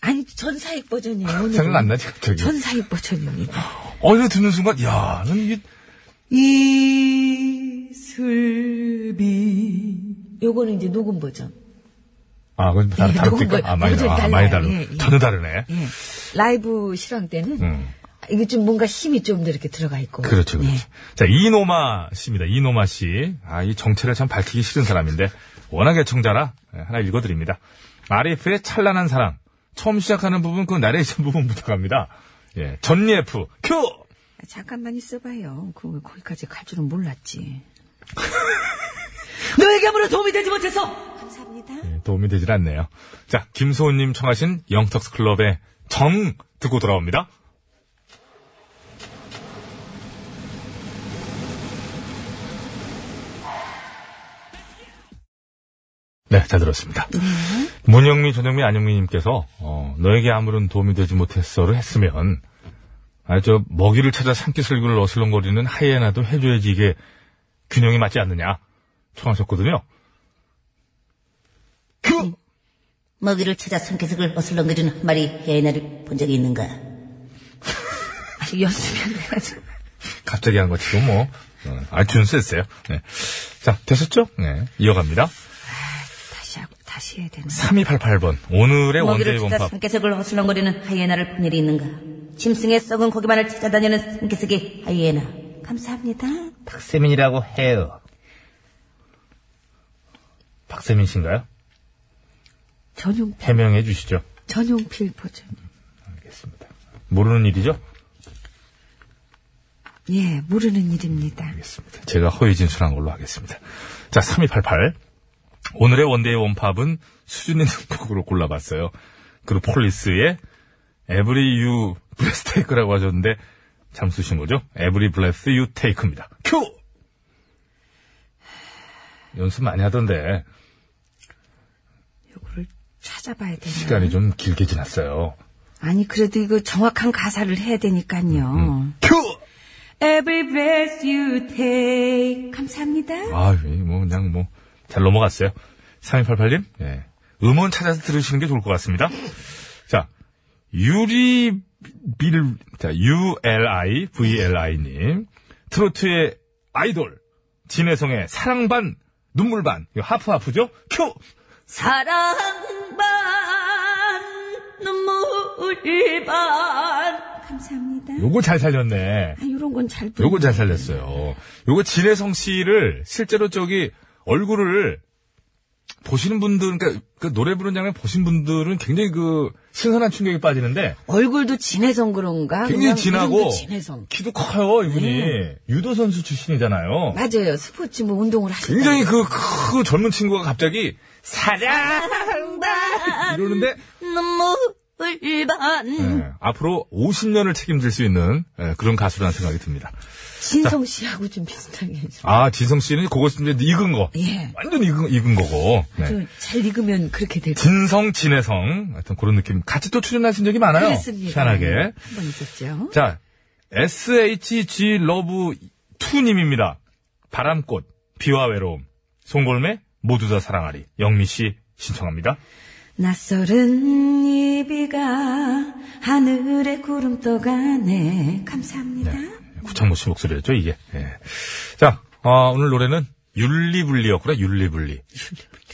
B: 아니 전사익 버전이에요. 오늘은.
A: 아, 생각 안 나지, 갑자기.
B: 전사익 버전입니다.
A: 어, 이거 듣는 순간, 야, 는 이게
B: 이슬비 요거는 이제 녹음 버전.
A: 아, 그건 다,
B: 예, 녹음
A: 다릅니까?
B: 거-
A: 아, 많이,
B: 녹음
A: 다, 아,
B: 달라요.
A: 많이 다르.
B: 예, 예.
A: 전혀 다르네.
B: 예. 라이브 실황 때는
A: 음.
B: 이게 좀 뭔가 힘이 좀 더 이렇게 들어가 있고.
A: 그렇죠, 그렇죠.
B: 예.
A: 자, 이노마 씨입니다. 이노마 씨. 아, 이 정체를 참 밝히기 싫은 사람인데, 워낙에 청자라, 예, 하나 읽어드립니다. RF의 찬란한 사랑. 처음 시작하는 부분, 그 나레이션 부분 부탁합니다. 예, 전리 F, 큐!
B: 아, 잠깐만 있어봐요. 그 거기까지 갈 줄은 몰랐지. 너에게 아무런 도움이 되지 못해서
G: 감사합니다
A: 예, 도움이 되질 않네요. 자, 김소은님 청하신 영턱스 클럽의 정 듣고 돌아옵니다. 네, 잘 들었습니다. 문영미, 전영미, 안영미님께서 어, 너에게 아무런 도움이 되지 못했어를 했으면 아, 저 먹이를 찾아 산기슬기를 어슬렁거리는 하이에나도 해줘야지 이게 균형이 맞지 않느냐 청하셨거든요.
H: 먹이를 찾아 손개석을 어슬렁거리는 한 마리 헤이나를 본 적이 있는가?
B: 아직 연습이 안 돼가지고.
A: 갑자기 한 것치고 뭐. 어, 아, 준수했어요. 네. 자, 됐었죠? 네. 이어갑니다.
B: 다시 하고 다시 해야 되나?
A: 3288번. 오늘의 원제이
H: 먹이를 찾아
A: 원팝.
H: 손개석을 어슬렁거리는 하이에나를 본 일이 있는가? 짐승의 썩은 고기만을 찾아다니는 손개석의 하이에나.
G: 감사합니다
A: 박세민이라고 해요. 박세민 씨인가요?
B: 전용
A: 해명해 주시죠.
B: 전용필 버전.
A: 알겠습니다. 모르는 일이죠?
B: 예, 모르는 일입니다.
A: 알겠습니다. 제가 허위 진술한 걸로 하겠습니다. 자, 3288. 오늘의 원데이 원팝은 수준 있는 곡으로 골라봤어요. 그리고 폴리스의 에브리 유 브레스테이크라고 하셨는데 잠 쓰신 거죠? 에브리 블레스 유 테이크입니다. 큐! 연습 많이 하던데
B: 요거를 찾아봐야 되나?
A: 시간이 좀 길게 지났어요.
B: 아니 그래도 이거 정확한 가사를 해야
A: 음,
B: 되니까요.
G: Every breath you take 감사합니다
A: 아, 예, 뭐 그냥 뭐 잘 넘어갔어요. 3288님, 예. 음원 찾아서 들으시는 게 좋을 것 같습니다. 자, 유리 빌 자, U L I V L I 님. 트로트의 아이돌 진혜성의 사랑 반 눈물 반. 이거 하프 하프죠? 큐.
G: 사랑반 눈물 반 감사합니다
A: 요거 잘 살렸네.
B: 아, 요런 건잘
A: 요거 잘 살렸어요. 요거 진혜성 씨를 실제로 저기 얼굴을 보시는 분들, 그러니까 그 노래 부르는 장면 보신 분들은 굉장히 그 신선한 충격에 빠지는데
B: 얼굴도 진해성 그런가?
A: 굉장히
B: 그냥
A: 진하고
B: 이름도 진해성.
A: 키도 커요 이분이 유도 선수 출신이잖아요.
B: 맞아요. 스포츠 뭐 운동을 하시고.
A: 굉장히 그, 그 젊은 친구가 갑자기 사랑한다 이러는데
G: 눈물을 반
A: 예, 앞으로 50년을 책임질 수 있는 예, 그런 가수라는 생각이 듭니다.
B: 진성 씨하고 좀 비슷하게. 해서.
A: 아 지성 씨는 그거 이제 익은 거
B: 예.
A: 완전 익은, 익은 거고 네.
B: 좀잘 익으면 그렇게 될 것.
A: 진성 진해성 하여튼 그런 느낌 같이 또 출연하신 적이 많아요.
B: 그랬습니다.
A: 희한하게
B: 한번 있었죠.
A: 자, SHG 러브 2님입니다. 바람꽃, 비와 외로움, 송골매, 모두 다 사랑하리. 영미 씨 신청합니다.
B: 낯설은 이 비가 하늘에 구름 떠가네.
G: 감사합니다.
A: 네, 구창모 씨 목소리였죠, 이게. 예. 자, 아, 오늘 노래는 윤리분리였구나, 윤리분리.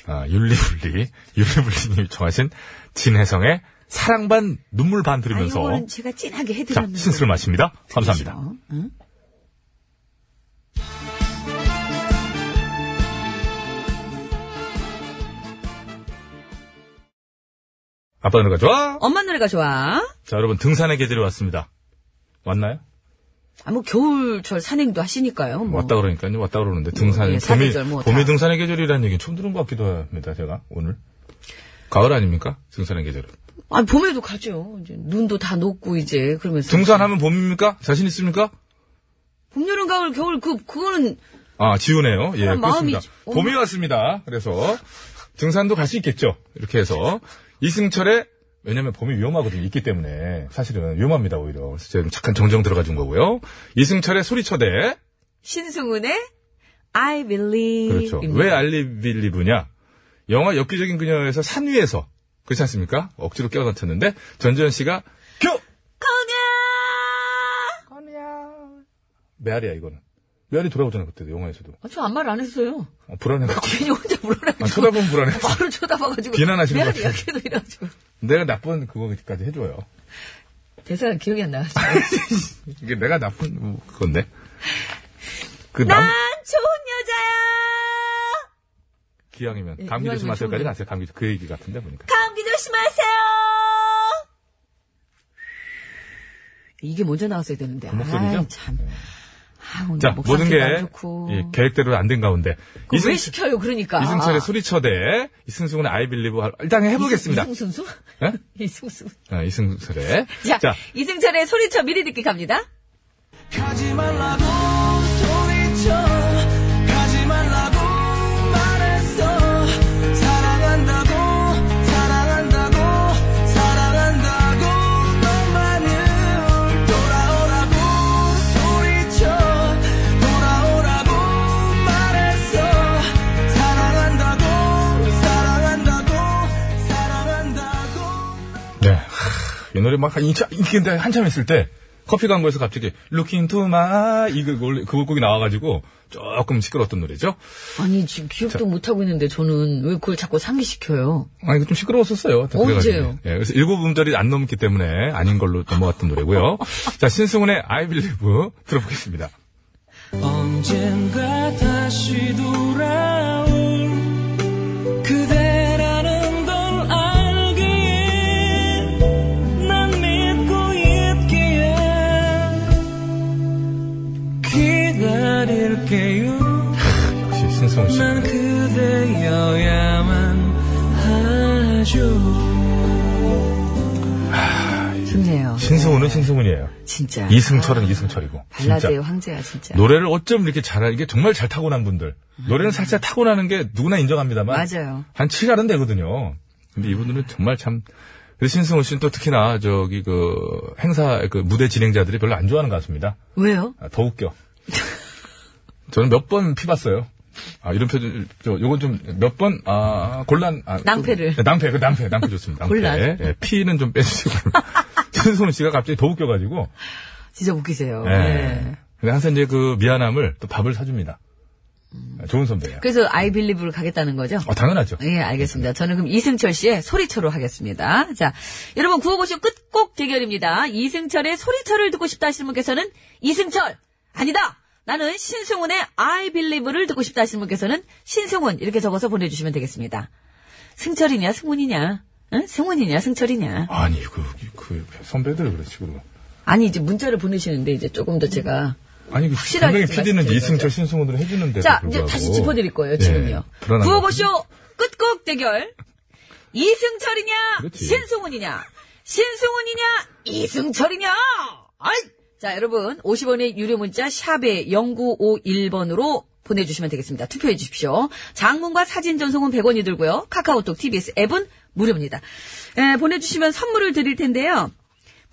A: 아, 윤리분리. 윤리분리님이 정하신 진혜성의 사랑반 눈물반
B: 아,
A: 들으면서
B: 이거는 제가 진하게
A: 자,
B: 해드렸는데. 어?
A: 신스를 마칩니다. 감사합니다.
B: 응?
A: 아빠 노래가 좋아?
B: 엄마 노래가 좋아.
A: 자, 여러분 등산의 계절이 왔습니다. 왔나요?
B: 아, 뭐 겨울철 산행도 하시니까요. 뭐.
A: 왔다 그러니까요. 왔다 그러는데 등산
B: 예,
A: 봄이
B: 사계절 뭐
A: 봄이
B: 다.
A: 등산의 계절이라는 얘기는 처음 들은 것 같기도 합니다. 제가 오늘 가을 아닙니까? 등산의 계절은
B: 아, 봄에도 가죠. 이제 눈도 다 녹고 이제 그러면서.
A: 등산하면 봄입니까? 자신 있습니까?
B: 봄, 여름, 가을, 겨울 그 그거는
A: 아 지우네요. 예,
B: 그럼 마음이
A: 그렇습니다.
B: 좀-
A: 봄이 왔습니다. 그래서 등산도 갈 수 있겠죠. 이렇게 해서 이승철의 왜냐면 봄이 위험하거든요. 있기 때문에 사실은 위험합니다 오히려. 그래서 제가 착한 정정 들어가 준 거고요. 이승철의 소리쳐대
B: 신승훈의 I Believe.
A: 그렇죠.
B: 예.
A: 왜 알리빌리브냐? 영화 엽기적인 그녀에서 산 위에서 그렇지 않습니까? 억지로 깨어다쳤는데 전지현 씨가 교
B: 거냐?
A: 메아리야 이거는 메아리 돌아오잖아 그때도 영화에서도
B: 아, 저 아무 말 안 했어요.
A: 아, 불안해갖고
B: 괜히 혼자 불안하게
A: 아, 쳐다보면 불안해.
B: 바로 쳐다봐가지고
A: 비난하시는
B: 메아리
A: 것 같아요.
B: 약해도 이래가지고
A: 내가 나쁜 그거까지 해줘요.
B: 대사가 기억이 안 나가지고
G: 아,
A: 이게 내가 나쁜 건데. 그남
B: 난 좋은
A: 기왕이면
B: 예,
A: 감기
B: 이왕이면
A: 조심하세요까지
B: 좋은데.
A: 갔어요. 감기 조- 그 얘기 같은데 보니까.
G: 감기 조심하세요.
B: 여자야 이게 먼저 나왔어야 되는데
A: 그 목소리죠?
B: 아이, 참 아, 오늘
A: 자
B: 목소리도
A: 모든 게
B: 안 좋고
A: 예, 계획대로 안 된 가운데
B: 그거 왜
A: 이승-
B: 시켜요 그러니까
A: 이승철의 소리쳐대 이승승은 아이빌리브 일단 해보겠습니다.
B: 이승, 순수
A: 예?
B: 이승수
A: 아, 이승철의.
B: 자,
A: 자,
B: 이승철의 소리쳐 미리 듣기 갑니다
I: 가지 말라고 소리쳐 가지 말라고 말했어 사랑한다고 사랑한다고 사랑한다고 너만을 돌아오라고 소리쳐 돌아오라고 말했어 사랑한다고 사랑한다고 사랑한다고
A: 네. 하, 이 노래 막, 한- 이차- 이게 근데 한참 했을 때, 커피 광고에서 갑자기, Looking to my, 이거, 원래 그 곡이 나와가지고, 조금 시끄러웠던 노래죠?
B: 아니 지금 기억도 못하고 있는데 저는 왜 그걸 자꾸 상기시켜요
A: 아니, 이거 좀 시끄러웠었어요. 하여튼 그래가지고.
B: 언제요?
A: 예, 그래서 일곱 음절이 안 넘기 때문에 아닌 걸로 넘어갔던 노래고요. 자, 신승훈의 I Believe 들어보겠습니다.
I: 언젠가 다시 돌아올 그대라는 걸 알기에 난 믿고 있기에 기다릴게요
A: 역시 신승훈 씨.
I: 난 그대여야만 하죠
B: 좋네요 네,
A: 신승훈은 신승훈이에요.
B: 진짜
A: 이승철은 이승철이고. 진짜.
B: 발라드의 황제야 진짜
A: 노래를 어쩜 이렇게 잘하, 이게 정말 잘 타고난 분들. 노래는 살짝 타고나는 게 누구나 인정합니다만.
B: 맞아요
A: 한 7알은 되거든요. 근데 이분들은 정말 참, 근데 신승훈 씨는 또 특히나 저기 그 행사, 그 무대 진행자들이 별로 안 좋아하는 가수입니다.
B: 왜요?
A: 아, 더 웃겨. 저는 몇 번 피봤어요. 아, 이런 표준, 저, 요건 좀 몇 번, 아, 곤란, 아,
B: 낭패를.
A: 좀- 낭패, 그 낭패, 낭패 좋습니다. 낭패.
B: 곤란.
A: 예, 피는 좀 빼주시고. 신승훈 씨가 갑자기 더 웃겨가지고.
B: 진짜 웃기세요
A: 예.
B: 네.
A: 근데 항상 이제 그 미안함을 또 밥을 사줍니다. 좋은 선배예요.
B: 그래서 아이빌리브를 가겠다는 거죠?
A: 아, 당연하죠.
B: 예, 알겠습니다. 저는 그럼 이승철 씨의 소리쳐로 하겠습니다. 자, 여러분 구호고쇼 끝곡 대결입니다. 이승철의 소리쳐를 듣고 싶다 하시는 분께서는 이승철 아니다. 나는 신승훈의 I believe를 듣고 싶다 하시는 분께서는 신승훈 이렇게 적어서 보내주시면 되겠습니다. 승철이냐, 승훈이냐, 응? 승훈이냐, 승철이냐.
A: 아니 그 그 선배들 그런 식으로.
B: 아니, 이제 문자를 보내시는데 이제 조금 더 제가.
A: 아니 그
B: 확실하게
A: 분명히
B: 좀
A: PD는
B: 말씀드려요.
A: 이승철 신승훈으로 해주는데.
B: 자, 이제 다시 짚어드릴 거예요, 지금요.
A: 네,
B: 구호고쇼 끝곡 대결. 이승철이냐,
A: 그렇지.
B: 신승훈이냐, 신승훈이냐, 이승철이냐! 아이! 자, 여러분, 50원의 유료 문자 샵에 0951번으로 보내주시면 되겠습니다. 투표해 주십시오. 장문과 사진 전송은 100원이 들고요. 카카오톡, TBS 앱은 무료입니다. 에, 보내주시면 선물을 드릴 텐데요.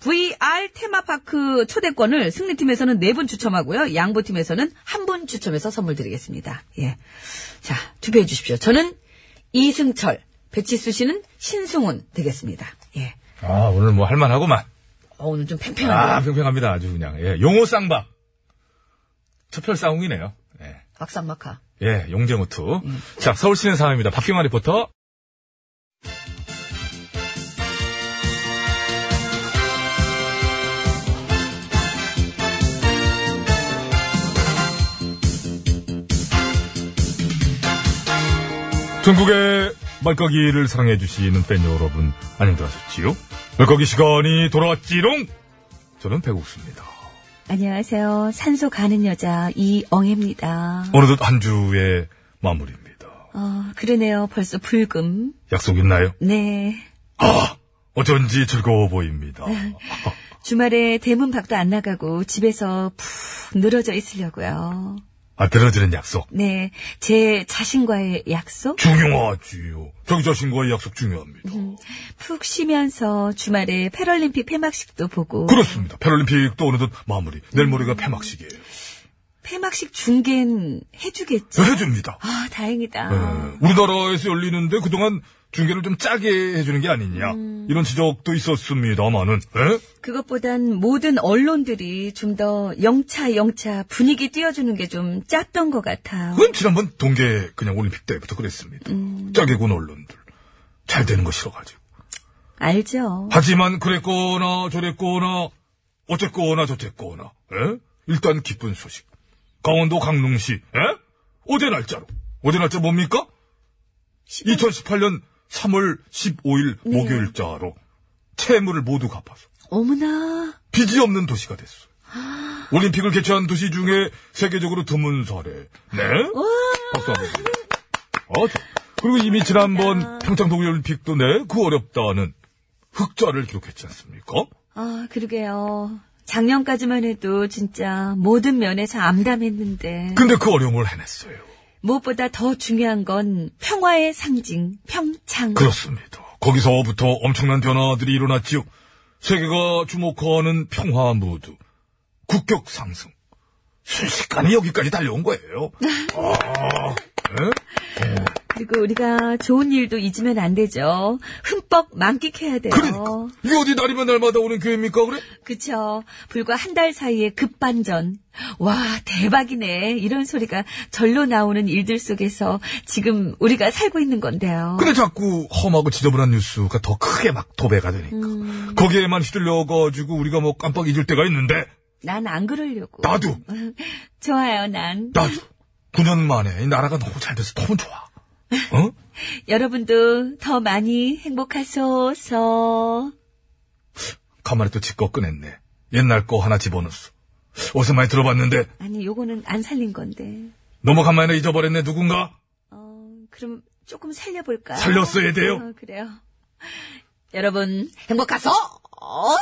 B: VR 테마파크 초대권을 승리팀에서는 네 분 추첨하고요. 양보팀에서는 한 분 추첨해서 선물 드리겠습니다. 예. 자, 투표해 주십시오. 저는 이승철, 배치수 씨는 신승훈 되겠습니다. 예.
A: 아 오늘 뭐 할만하고만.
B: 어, 오늘 좀 팽팽한데.
A: 아 평평합니다 아주 그냥. 예, 용호 쌍박. 첫별 싸움이네요. 예.
B: 박산마카.
A: 예, 용재무투. 자, 서울시내 상황입니다. 박경환 리포터. 전국의 말까기를 사랑해주시는 팬 여러분, 안녕들 하셨지요? 말까기 시간이 돌아왔지롱! 저는 배국수입니다.
B: 안녕하세요. 산소 가는 여자 이엉입니다.
A: 어느덧 한 주의 마무리입니다.
B: 어, 그러네요. 벌써 불금.
A: 약속 있나요?
B: 네.
A: 어쩐지 즐거워 보입니다.
B: 주말에 대문 밖도 안 나가고 집에서 푹 늘어져 있으려고요.
A: 아, 들어주는 약속.
B: 네, 제 자신과의 약속?
A: 중요하지요. 자기 자신과의 약속 중요합니다.
B: 음. 푹 쉬면서 주말에 패럴림픽 폐막식도 보고
A: 그렇습니다. 패럴림픽도 어느덧 마무리. 내일 모레가 폐막식이에요.
B: 폐막식 중계는 해주겠죠?
A: 해줍니다.
B: 아, 다행이다.
A: 예, 우리나라에서 열리는데 그동안 중계를 좀 짜게 해주는 게 아니냐. 이런 지적도 있었습니다만은. 예?
B: 그것보단 모든 언론들이 좀 더 영차 영차 분위기 띄워주는 게 좀 짰던 것 같아요.
A: 그건 지난번 동계 그냥 올림픽 때부터 그랬습니다. 짜게 군 언론들. 잘 되는 거 싫어가지고.
B: 알죠?
A: 하지만 그랬거나 저랬거나 어쨌거나 저쨌거나 예? 일단 기쁜 소식 강원도 강릉시 예? 어제 날짜로 어제 날짜 뭡니까? 2018년 3월 15일 목요일자로 채무를 모두 갚아서
B: 어머나,
A: 빚이 없는 도시가 됐어. 올림픽을 개최한 도시 중에 세계적으로 드문 사례. 네? 박수합니다. 어, 자. 그리고 이미 지난번 평창 동계올림픽도 네, 그 어렵다는 흑자를 기록했지 않습니까?
B: 아, 그러게요. 작년까지만 해도 진짜 모든 면에서 암담했는데
A: 근데 그 어려움을 해냈어요.
B: 무엇보다 더 중요한 건 평화의 상징, 평창.
A: 그렇습니다. 거기서부터 엄청난 변화들이 일어났지요. 세계가 주목하는 평화 무드, 국격 상승. 순식간에 여기까지 달려온 거예요.
B: 그리고 우리가 좋은 일도 잊으면 안 되죠. 흠뻑 만끽해야 돼요.
A: 그러니까. 이게 어디 날이면 날마다 오는 기회입니까, 그래?
B: 그쵸. 불과 한 달 사이에 급반전. 와, 대박이네. 이런 소리가 절로 나오는 일들 속에서 지금 우리가 살고 있는 건데요.
A: 근데 자꾸 험하고 지저분한 뉴스가 더 크게 막 도배가 되니까. 거기에만 휘둘려가지고 우리가 뭐 깜빡 잊을 때가 있는데,
B: 난 안 그러려고.
A: 나도,
B: 좋아요, 난.
A: 나도. 9년 만에 이 나라가 너무 잘 돼서 너무 좋아. 어?
B: 여러분도 더 많이 행복하소서.
A: 가만히 또 짓거 꺼냈네. 옛날 거 하나 집어넣었어. 어디서 많이 들어봤는데,
B: 아니, 요거는 안 살린 건데.
A: 너무 간만에 잊어버렸네, 누군가?
B: 어, 그럼 조금 살려볼까?
A: 살렸어야 돼요.
B: 어, 그래요. 여러분, 행복하소!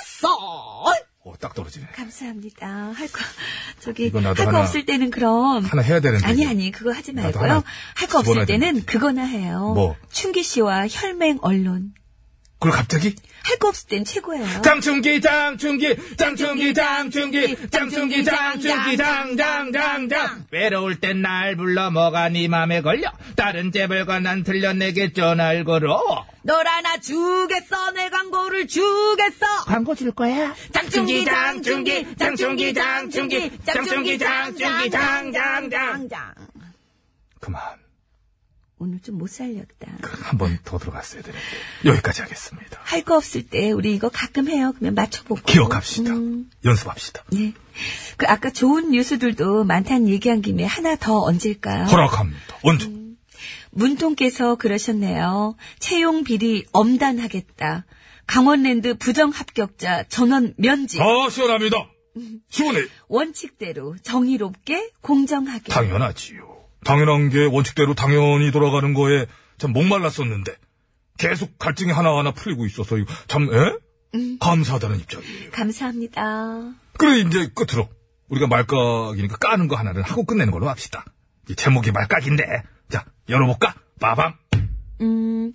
B: 써!
A: 어, 딱 떨어지네.
B: 감사합니다. 할 거, 저기,
A: 이거
B: 할
A: 나도
B: 거
A: 하나-
B: 없을 때는 그럼.
A: 하나 해야 되는데.
B: 아니,
A: 이거.
B: 아니, 그거 하지
A: 네, 나도
B: 말고요.
A: 하나
B: 할 거 없을
A: 집어넣어야
B: 때는
A: 되는데.
B: 그거나 해요.
A: 뭐?
B: 충기 씨와 혈맹 언론.
A: 그걸 갑자기?
B: 할 거 없을 땐 최고예요.
A: 장충기, 장충기, 장충기, 장충기, 장충기, 장충기, 장장장장.
E: 외로울 땐 날 불러 뭐가 네 맘에 걸려 다른 재벌과 난 들려내겠죠 날 걸어
B: 널 하나 주겠어, 내 광고를 주겠어!
E: 광고 줄 거야
B: 장충기, 장충기, 장충기, 장충기, 장충기, 장충기, 장장장장.
A: 그만.
J: 오늘 좀 못 살렸다.
A: 한 번 더 들어갔어야 되는데 여기까지 하겠습니다.
J: 할 거 없을 때 우리 이거 가끔 해요. 그러면 맞춰보고.
A: 기억합시다.
J: 음,
A: 연습합시다.
J: 예. 그 아까 좋은 뉴스들도 많다는 얘기한 김에 하나 더 얹을까요?
A: 허락합니다. 언제?
J: 문통께서 그러셨네요. 채용 비리 엄단하겠다. 강원랜드 부정 합격자 전원 면직.
A: 아 시원합니다. 시원해.
J: 원칙대로 정의롭게 공정하게.
A: 당연하지요. 당연한 게 원칙대로 당연히 돌아가는 거에 참 목말랐었는데 계속 갈증이 하나하나 풀리고 있어서 이거 참 에? 감사하다는 입장이에요.
J: 감사합니다.
A: 그래 이제 끝으로 우리가 말깍이니까 까는 거 하나를 하고 끝내는 걸로 합시다. 이 제목이 말깍인데 자 열어볼까? 빠밤.
J: 음,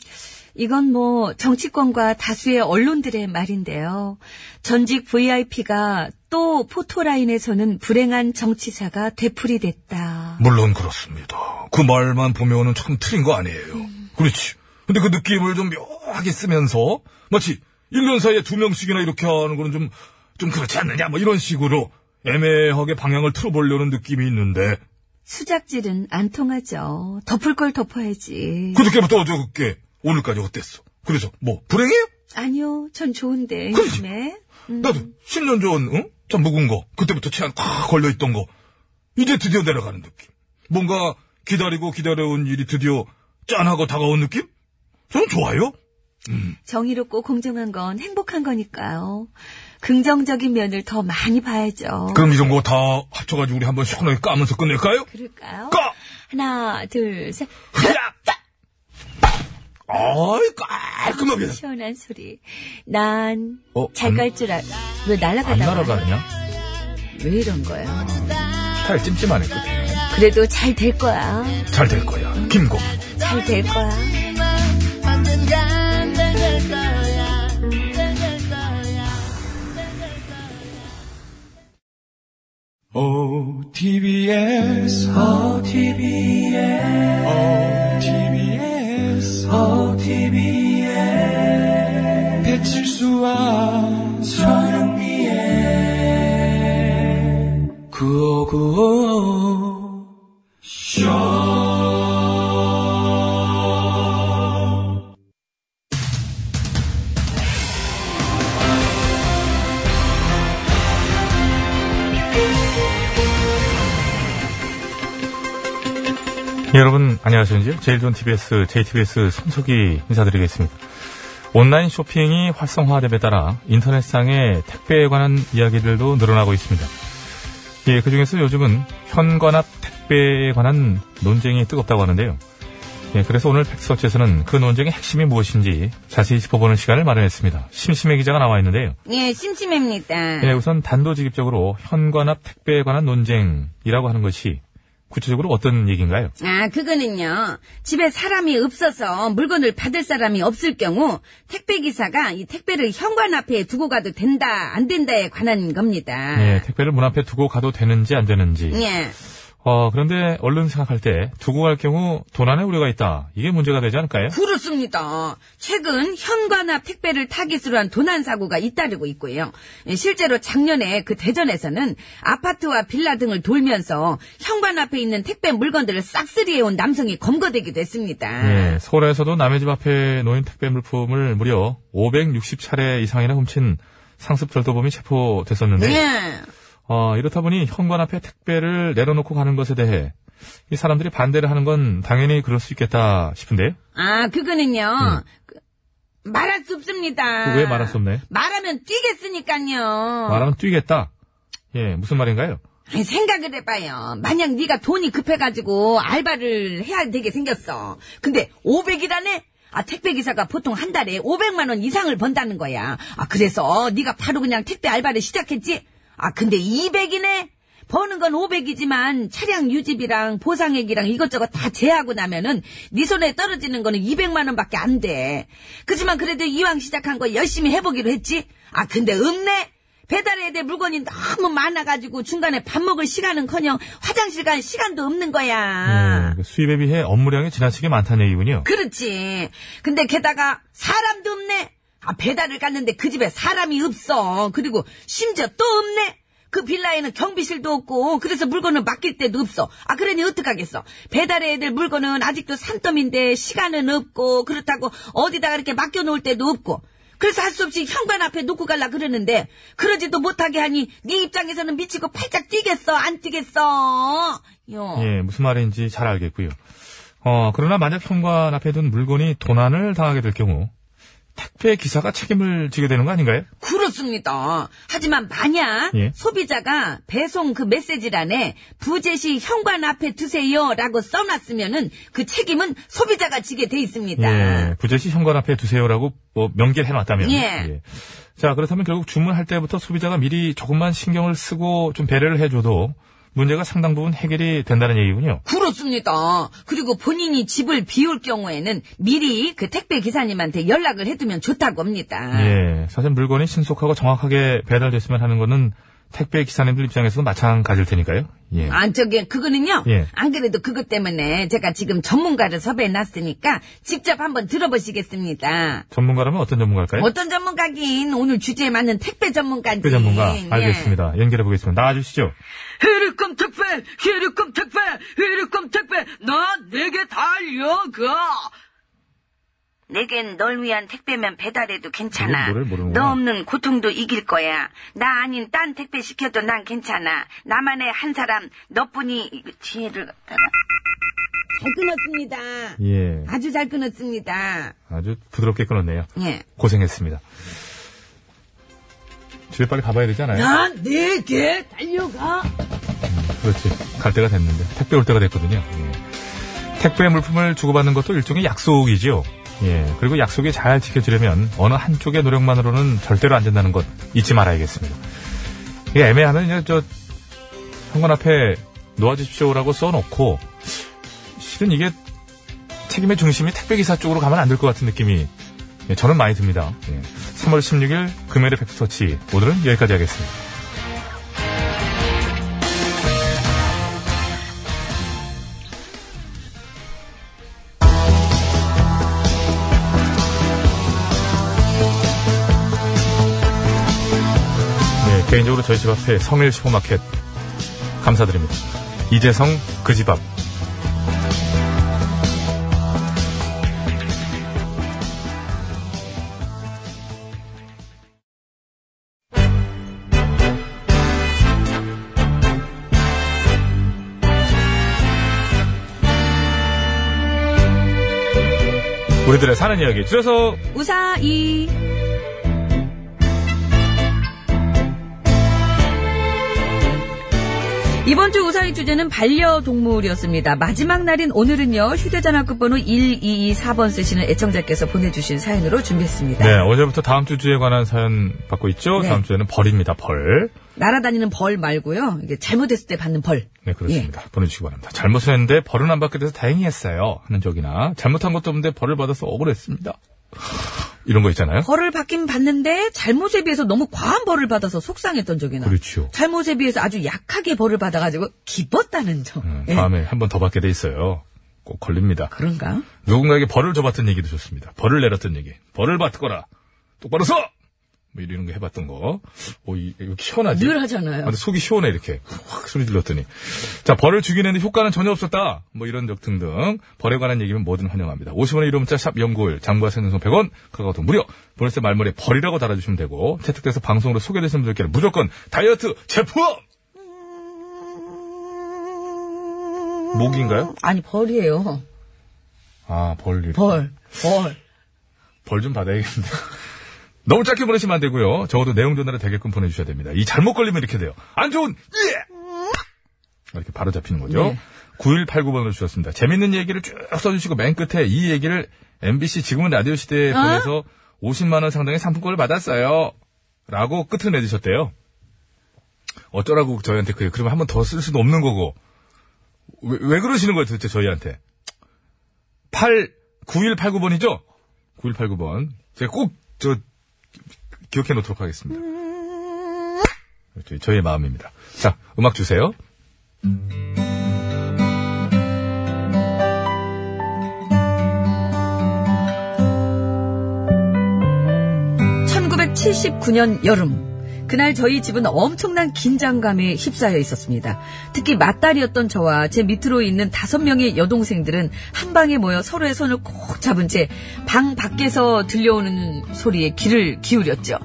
J: 이건 뭐 정치권과 다수의 언론들의 말인데요. 전직 VIP가 또 포토라인에서는 불행한 정치사가 되풀이 됐다.
A: 물론 그렇습니다. 그 말만 보면은 참 틀린 거 아니에요. 그렇지. 근데 그 느낌을 좀 묘하게 쓰면서 마치 1년 사이에 두 명씩이나 이렇게 하는 거는 좀, 좀 그렇지 않느냐 뭐 이런 식으로 애매하게 방향을 틀어보려는 느낌이 있는데
J: 수작질은 안 통하죠. 덮을 걸 덮어야지.
A: 그저께부터 어제 그게 오늘까지 어땠어? 그래서 뭐 불행해요?
J: 아니요, 전 좋은데 네. 음.
A: 그렇지.
J: 요즘에.
A: 나도 10년 전, 응? 참 묵은 거. 그때부터 체한 콱 걸려있던 거. 이제 드디어 내려가는 느낌. 뭔가 기다리고 기다려온 일이 드디어 짠하고 다가온 느낌? 저는 좋아요.
J: 정의롭고 공정한 건 행복한 거니까요. 긍정적인 면을 더 많이 봐야죠.
A: 그럼 이런 거 다 합쳐가지고 우리 한번 시원하게 까면서 끝낼까요?
J: 그럴까요?
A: 까!
J: 하나, 둘, 셋.
A: 야! 아이, 깔끔하게.
J: 시원한 소리. 난 잘
A: 어,
J: 깔 줄 알. 왜
A: 안
J: 날아가다?
A: 날아가냐?
J: 왜 이런 거야?
A: 스타일 찜찜하네, 그게.
J: 그래도 잘 될 거야.
A: 잘될 거야. 김고.
J: 잘 될 거야.
D: OTBS, OTBS, OTBS, OTBS. 배칠수와 전영미의
E: 그
D: 구호구호.
A: 여러분, 안녕하십니까. 제일 좋은 TBS, JTBS 손석희 인사드리겠습니다. 온라인 쇼핑이 활성화됨에 따라 인터넷상의 택배에 관한 이야기들도 늘어나고 있습니다. 예, 그중에서 요즘은 현관 앞 택배에 관한 논쟁이 뜨겁다고 하는데요. 예, 그래서 오늘 팩스워치에서는 그 논쟁의 핵심이 무엇인지 자세히 짚어보는 시간을 마련했습니다. 심심해 기자가 나와 있는데요.
B: 예, 심심합니다.
A: 예, 우선 단도직입적으로 현관 앞 택배에 관한 논쟁이라고 하는 것이 구체적으로 어떤 얘기인가요?
B: 아, 그거는요. 집에 사람이 없어서 물건을 받을 사람이 없을 경우 택배 기사가 이 택배를 현관 앞에 두고 가도 된다, 안 된다에 관한 겁니다.
A: 예, 택배를 문 앞에 두고 가도 되는지 안 되는지.
B: 아. 예.
A: 어, 그런데 얼른 생각할 때 두고 갈 경우 도난의 우려가 있다. 이게 문제가 되지 않을까요?
B: 그렇습니다. 최근 현관 앞 택배를 타깃으로 한 도난 사고가 잇따르고 있고요. 예, 실제로 작년에 그 대전에서는 아파트와 빌라 등을 돌면서 현관 앞에 있는 택배 물건들을 싹쓸이해 온 남성이 검거되기도 했습니다.
A: 예, 서울에서도 남의 집 앞에 놓인 택배 물품을 무려 560차례 이상이나 훔친 상습 절도범이 체포됐었는데
B: 예.
A: 어, 이렇다 보니 현관 앞에 택배를 내려놓고 가는 것에 대해 이 사람들이 반대를 하는 건 당연히 그럴 수 있겠다 싶은데요.
B: 아, 그거는요. 그, 말할 수 없습니다.
A: 그거 왜 말할 수 없나요?
B: 말하면 뛰겠으니까요.
A: 말하면 뛰겠다. 예, 무슨 말인가요?
B: 아니, 생각을 해봐요. 만약 네가 돈이 급해가지고 알바를 해야 되게 생겼어. 근데 500이라네? 아, 택배기사가 보통 한 달에 500만원 이상을 번다는 거야. 아, 그래서 네가 바로 그냥 택배 알바를 시작했지? 아, 근데 200이네? 버는 건 500이지만 차량 유지비랑 보상액이랑 이것저것 다 제하고 나면은 네 손에 떨어지는 거는 200만 원밖에 안 돼. 그지만 그래도 이왕 시작한 거 열심히 해보기로 했지. 아 근데 없네. 배달해야 될 물건이 너무 많아가지고 중간에 밥 먹을 시간은커녕 화장실 갈 시간도 없는 거야.
A: 음, 그 수입에 비해 업무량이 지나치게 많다는
B: 그렇죠.
A: 얘기군요.
B: 그렇지. 근데 게다가 사람도 없네. 아 배달을 갔는데 그 집에 사람이 없어. 그리고 심지어 또 없네. 그 빌라에는 경비실도 없고 그래서 물건을 맡길 데도 없어. 아 그러니 어떡하겠어. 배달해야 될 물건은 아직도 산더미인데 시간은 없고 그렇다고 어디다가 이렇게 맡겨놓을 데도 없고 그래서 할 수 없이 현관 앞에 놓고 갈라 그러는데 그러지도 못하게 하니 네 입장에서는 미치고 팔짝 뛰겠어 안 뛰겠어. 요.
A: 예, 무슨 말인지 잘 알겠고요. 어, 그러나 만약 현관 앞에 둔 물건이 도난을 당하게 될 경우 택배 기사가 책임을 지게 되는 거 아닌가요?
B: 그렇습니다. 하지만 만약
A: 예.
B: 소비자가 배송 그 메시지란에 부재시 현관 앞에 두세요라고 써놨으면은 그 책임은 소비자가 지게 돼 있습니다.
A: 예, 부재시 현관 앞에 두세요라고 뭐 명기를 해놨다면.
B: 예.
A: 자, 그렇다면 결국 주문할 때부터 소비자가 미리 조금만 신경을 쓰고 좀 배려를 해줘도 문제가 상당 부분 해결이 된다는 얘기군요.
B: 그렇습니다. 그리고 본인이 집을 비울 경우에는 미리 그 택배 기사님한테 연락을 해두면 좋다고 합니다.
A: 예, 사실 물건이 신속하고 정확하게 배달됐으면 하는 거는 택배 기사님들 입장에서도 마찬가지일 테니까요. 예.
B: 안 저기 그거는요.
A: 예.
B: 안 그래도 그것 때문에 제가 지금 전문가를 섭외해 놨으니까 직접 한번 들어보시겠습니다.
A: 전문가라면 어떤 전문가일까요?
B: 어떤 전문가긴 오늘 주제에 맞는 택배 전문가인지.
A: 그 전문가
B: 예.
A: 알겠습니다. 연결해 보겠습니다. 나와 주시죠.
B: 헤르콤 택배, 헤르콤 택배, 헤르콤 택배, 나 내게 달려가. 내겐 널 위한 택배면 배달해도 괜찮아.
A: 이게 뭐를 모르는구나.
B: 너 없는 고통도 이길 거야. 나 아닌 딴 택배 시켜도 난 괜찮아. 나만의 한 사람, 너뿐이 이거 지혜를 갖다가. 잘 끊었습니다.
A: 예.
B: 아주 잘 끊었습니다.
A: 아주 부드럽게 끊었네요.
B: 예.
A: 고생했습니다. 집에 빨리 가봐야 되잖아요.
B: 나 내게 달려가.
A: 그렇지. 갈 때가 됐는데. 택배 올 때가 됐거든요. 예. 택배 물품을 주고받는 것도 일종의 약속이죠. 예. 그리고 약속이 잘 지켜지려면 어느 한쪽의 노력만으로는 절대로 안 된다는 것 잊지 말아야겠습니다. 이게 애매하면 이제 저 현관 앞에 놓아주십시오라고 써놓고 실은 이게 책임의 중심이 택배기사 쪽으로 가면 안 될 것 같은 느낌이 예, 저는 많이 듭니다. 예. 3월 16일 금요일의 팩트터치 오늘은 여기까지 하겠습니다. 네, 개인적으로 저희 집 앞에 성일 슈퍼마켓 감사드립니다. 이재성 그 집 앞. 우리들의 사는 이야기 줄여서
G: 우사이. 이번 주 우사의 주제는 반려동물이었습니다. 마지막 날인 오늘은요, 휴대전화 끝번호 1224번 쓰시는 애청자께서 보내주신 사연으로 준비했습니다.
A: 네, 어제부터 다음 주 주에 관한 사연 받고 있죠.
G: 네.
A: 다음 주에는 벌입니다. 벌.
G: 날아다니는 벌 말고요, 이게 잘못했을 때 받는 벌.
A: 네, 그렇습니다. 보내주시기 바랍니다. 잘못을 했는데 벌은 안 받게 돼서 다행히 했어요. 하는 적이나 잘못한 것도 없는데 벌을 받아서 억울했습니다. 이런 거 있잖아요.
G: 벌을 받긴 받는데, 잘못에 비해서 너무 과한 벌을 받아서 속상했던 적이나.
A: 그렇죠.
G: 잘못에 비해서 아주 약하게 벌을 받아가지고 기뻤다는 점.
A: 음,
G: 예.
A: 다음에 한 번 더 받게 돼 있어요. 꼭 걸립니다.
G: 그런가?
A: 누군가에게 벌을 줘봤던 얘기도 좋습니다. 벌을 내렸던 얘기. 벌을 받거라. 똑바로 서! 뭐 이런 거 해봤던 거. 오, 이- 이거 시원하지?
G: 늘 하잖아요.
A: 아, 근데 속이 시원해 이렇게 확 소리 질렀더니 자 벌을 주긴 했는데 효과는 전혀 없었다 뭐 이런 적 등등 벌에 관한 얘기면 뭐든 환영합니다 50원의 이름 문자 샵 연구일 장과 생선 100원 카카오톡 무료 보냈을 때 말머리에 벌이라고 달아주시면 되고 채택돼서 방송으로 소개되신 분들께는 무조건 다이어트 제품 목인가요?
G: 아니, 벌이에요.
A: 아 벌.
G: 벌. 벌.
A: 벌 좀 받아야겠는데. 너무 짧게 보내시면 안 되고요. 적어도 내용 전달이 되게끔 보내주셔야 됩니다. 이 잘못 걸리면 이렇게 돼요. 안 좋은 예! 이렇게 바로 잡히는 거죠. 9189번으로 주셨습니다. 재밌는 얘기를 쭉 써주시고 맨 끝에 이 얘기를 MBC 지금은 라디오 시대에 보내서 50만 원 상당의 상품권을 받았어요. 라고 끝을 내주셨대요. 어쩌라고 저희한테 그래요. 그러면 한 번 더 쓸 수도 없는 거고. 왜, 왜 그러시는 거예요 도대체 저희한테. 8, 9189번이죠? 9189번. 제가 꼭, 저, 기억해 놓도록 하겠습니다. 저희- 저희의 마음입니다. 자, 음악 주세요.
G: 음. 1979년 여름 그날 저희 집은 엄청난 긴장감에 휩싸여 있었습니다. 특히 맞다리였던 저와 제 밑으로 있는 다섯 명의 여동생들은 한 방에 모여 서로의 손을 꼭 잡은 채 방 밖에서 들려오는 소리에 귀를 기울였죠.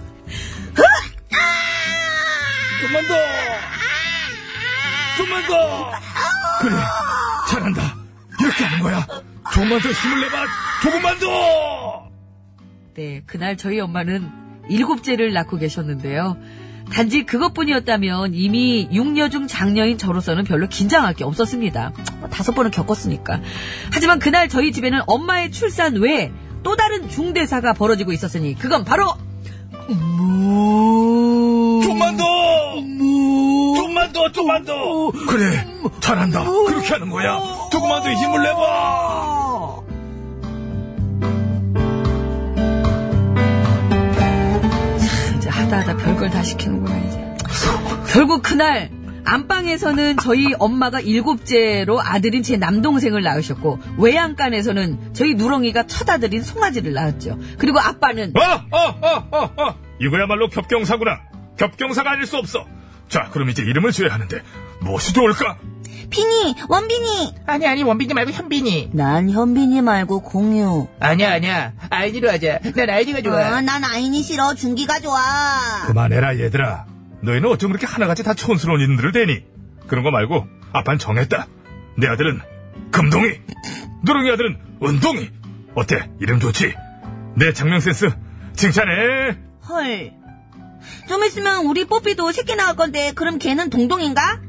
E: 좀만 더! 좀만 더!
A: 그래, 잘한다. 이렇게 하는 거야. 조금만 더 힘을 내봐. 조금만 더!
G: 네, 그날 저희 엄마는 일곱째를 낳고 계셨는데요. 단지 그것뿐이었다면 이미 육녀 중 장녀인 저로서는 별로 긴장할 게 없었습니다. 뭐 다섯 번은 겪었으니까. 하지만 그날 저희 집에는 엄마의 출산 외에 또 다른 중대사가 벌어지고 있었으니 그건 바로
A: 좀만 더! 좀만 더, 좀만 더! 그래, 잘한다. 그렇게 하는 거야. 조금만 더 힘을 내봐!
G: 이제 하다하다 별걸 다 시키는구나 이제. 결국 그날 안방에서는 저희 엄마가 일곱째로 아들인 제 남동생을 낳으셨고 외양간에서는 저희 누렁이가 첫 아들인 송아지를 낳았죠. 그리고 아빠는
A: 아, 아, 아, 아, 아. 이거야말로 겹경사구나. 겹경사가 아닐 수 없어. 자, 그럼 이제 이름을 지어야 하는데, 무엇이 좋을까?
K: 비니, 원비니.
E: 아니, 아니, 원빈이 말고 현빈이.
K: 난 현빈이 말고 공유.
E: 아니야, 아니야. 아이디로 하자. 난 아이디가 좋아.
K: 아, 난 아인이 싫어. 준기가 좋아.
A: 그만해라, 얘들아. 너희는 어쩜 그렇게 하나같이 다 촌스러운 이름들을 대니? 그런 거 말고, 아빠는 정했다. 내 아들은 금동이. 누룽이 아들은 은동이. 어때? 이름 좋지? 내 장명 센스 칭찬해.
K: 헐. 좀 있으면 우리 뽀삐도 새끼 나올 건데 그럼 걔는 동동인가?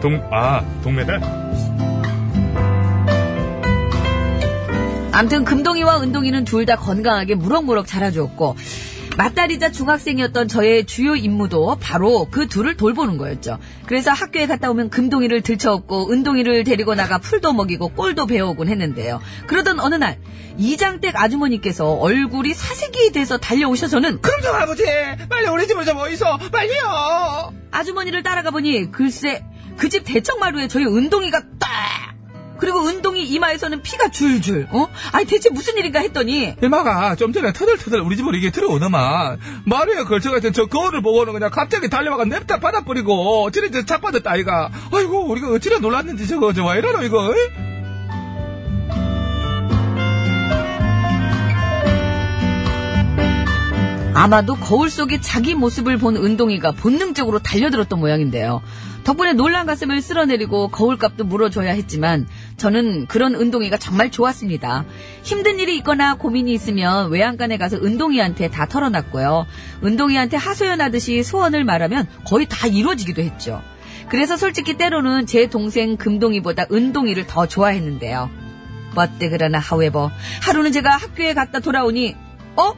A: 동, 아, 동메달?
G: 암튼 금동이와 은동이는 둘 다 건강하게 무럭무럭 자라주었고 맞다리자 중학생이었던 저의 주요 임무도 바로 그 둘을 돌보는 거였죠. 그래서 학교에 갔다 오면 금동이를 들쳐업고 은동이를 데리고 나가 풀도 먹이고 꼴도 배우곤 했는데요. 그러던 어느 날 이장댁 아주머니께서 얼굴이 사색이 돼서 달려오셔서는
E: 그럼 좀 아버지, 빨리 우리 집으로 좀 어디서, 빨리요!
G: 아주머니를 따라가 보니 글쎄 그 집 대청마루에 저희 은동이가 딱 그리고 은동이 이마에서는 피가 줄줄 어? 아니 대체 무슨 일인가 했더니
L: 일마가 좀 전에 터덜터덜 우리 집으로 이게 들어오더만 마루에 걸쳐가 있던 저 거울을 보고는 그냥 갑자기 달려와가 냅다 받아버리고 저래 저착 받았다 아이가 아이고 우리가 어찌나 놀랐는지 저거 저와 이러노 이거 에이?
G: 아마도 거울 속에 자기 모습을 본 은동이가 본능적으로 달려들었던 모양인데요. 덕분에 놀란 가슴을 쓸어내리고 거울값도 물어줘야 했지만 저는 그런 은동이가 정말 좋았습니다. 힘든 일이 있거나 고민이 있으면 외양간에 가서 은동이한테 다 털어놨고요. 은동이한테 하소연하듯이 소원을 말하면 거의 다 이루어지기도 했죠. 그래서 솔직히 때로는 제 동생 금동이보다 은동이를 더 좋아했는데요. 맞대 그러나 하웨버 하루는 제가 학교에 갔다 돌아오니 어?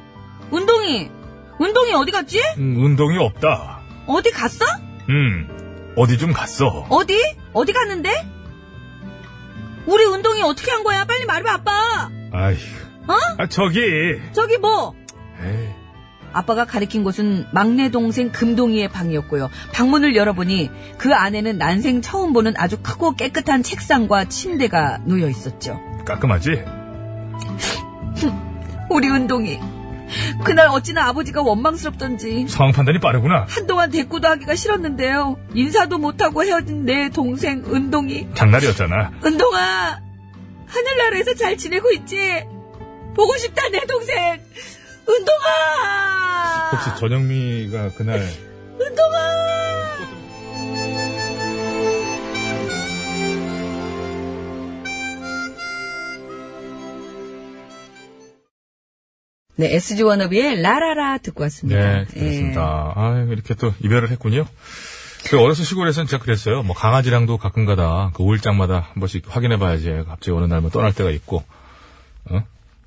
G: 운동이 운동이 어디 갔지?
A: 음, 운동이 없다.
G: 어디 갔어?
A: 음, 어디 좀 갔어.
G: 어디? 어디 갔는데? 우리 운동이 어떻게 한 거야? 빨리 말해봐 아빠
A: 아이,
G: 어?
A: 아, 저기.
G: 저기 뭐
A: 에이,
G: 아빠가 가리킨 곳은 막내 동생 금동이의 방이었고요. 방문을 열어보니 그 안에는 난생 처음 보는 아주 크고 깨끗한 책상과 침대가 놓여 있었죠.
A: 깔끔하지?
G: 우리 운동이. 그날 어찌나 아버지가 원망스럽던지
A: 상황 판단이 빠르구나.
G: 한동안 대꾸도 하기가 싫었는데요. 인사도 못하고 헤어진 내 동생 은동이.
A: 장날이었잖아.
G: 은동아, 하늘나라에서 잘 지내고 있지? 보고 싶다, 내 동생! 은동아!
A: 혹시 전영미가 그날
G: 은동아! 네, SG 워너비의 라라라 듣고
A: 네,
G: 왔습니다.
A: 그렇습니다. 아 이렇게 또 이별을 했군요. 그 어렸을 시골에서는 진짜 그랬어요. 뭐 강아지랑도 가끔가다 그 5일장마다 한 번씩 확인해봐야지 갑자기 어느 날만 뭐 떠날 때가 있고, 어?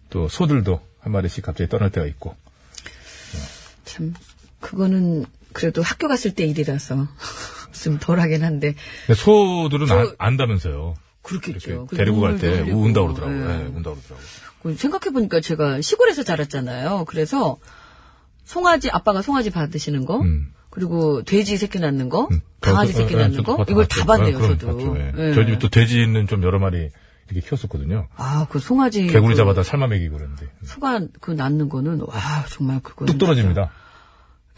A: 또 소들도 한 마리씩 갑자기 떠날 때가 있고.
G: 예. 참, 그거는 그래도 학교 갔을 때 일이라서 좀 덜하긴 한데
A: 근데 소들은 아,
G: 저-
A: 안- 안다면서요.
G: 그렇겠죠.
A: 이렇게 데리고 갈 때
G: 눈물도
A: 운다
G: 흘리고,
A: 그러더라고요.
G: 예.
A: 예, 운다 그러더라고요.
G: 그 생각해보니까 제가 시골에서 자랐잖아요. 그래서 송아지 아빠가 송아지 받으시는 거
A: 음.
G: 그리고 돼지 새끼 낳는 거
A: 음.
G: 강아지
A: 저도-
G: 새끼
A: 예,
G: 낳는
A: 저도
G: 거
A: 봤-
G: 이걸
A: 봤죠.
G: 다 봤네요.
A: 아, 그럼
G: 저도.
A: 봤죠, 예.
G: 예.
A: 저희 집도 돼지는 좀 여러 마리 이렇게 키웠었거든요.
G: 아, 그 송아지
A: 개구리
G: 그
A: 잡아다 삶아 먹이고 그랬는데.
G: 소가 그 낳는 거는 와 정말 그거
A: 뚝 떨어집니다.
G: 예.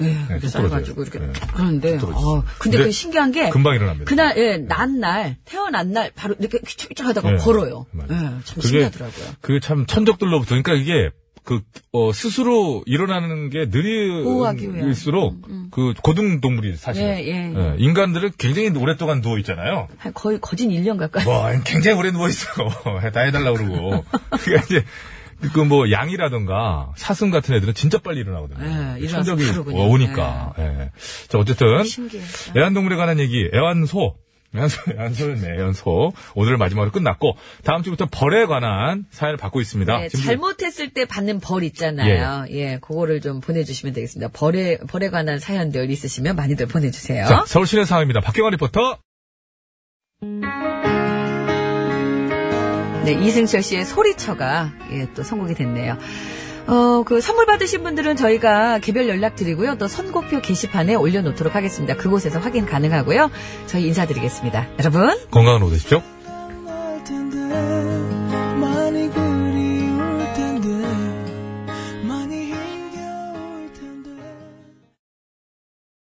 G: 예,
A: 네,
G: 쌓여가지고
A: 쭉
G: 이렇게
A: 떨어져요. 예.
G: 그런데
A: 쭉 떨어지죠.
G: 아,
A: 근데
G: 근데 그 신기한 게
A: 금방 일어납니다. 네.
G: 그날 예, 난날 태어난 날 바로 이렇게 휘청휘청하다가
A: 예,
G: 걸어요.
A: 맞아요.
G: 예, 참
A: 그게-
G: 신기하더라고요.
A: 그 참 천적들로부터 그러니까 이게 그 어, 스스로 일어나는 게
G: 보호하기 위한. 음,
A: 느릴수록 그 고등 동물이 사실
G: 예, 예, 예.
A: 인간들은 굉장히 오랫동안 누워 있잖아요.
G: 한 거의 거진 1년 가까이.
A: 뭐 굉장히 오래 누워 있어. 다 해달라 그러고. 그러니까 이제 그 뭐 양이라던가 사슴 같은 애들은 진짜 빨리 일어나거든요.
G: 예, 일어나서
A: 천적이
G: 바로군요. 네.
A: 어, 오니까. 예. 자 어쨌든
G: 신기해요.
A: 애완동물에 관한 얘기 애완소. 애완소, 애완소였네, 애완소. 오늘 마지막으로 끝났고, 다음 주부터 벌에 관한 사연을 받고 있습니다.
G: 예,
A: 아, 지금
G: 잘못했을 때 받는 벌 있잖아요. 예. 그거를 좀 보내주시면 되겠습니다. 벌에, 벌에 관한 사연들 있으시면 많이들 보내주세요.
A: 자, 서울 시내 상황입니다. 박경환 리포터.
G: 네, 이승철 씨의 소리쳐가, 예, 또 선곡이 됐네요. 어, 그 선물 받으신 분들은 저희가 개별 연락 드리고요. 또 선곡표 게시판에 올려놓도록 하겠습니다. 그곳에서 확인 가능하고요. 저희 인사드리겠습니다. 여러분.
A: 건강한 오후 되십시오.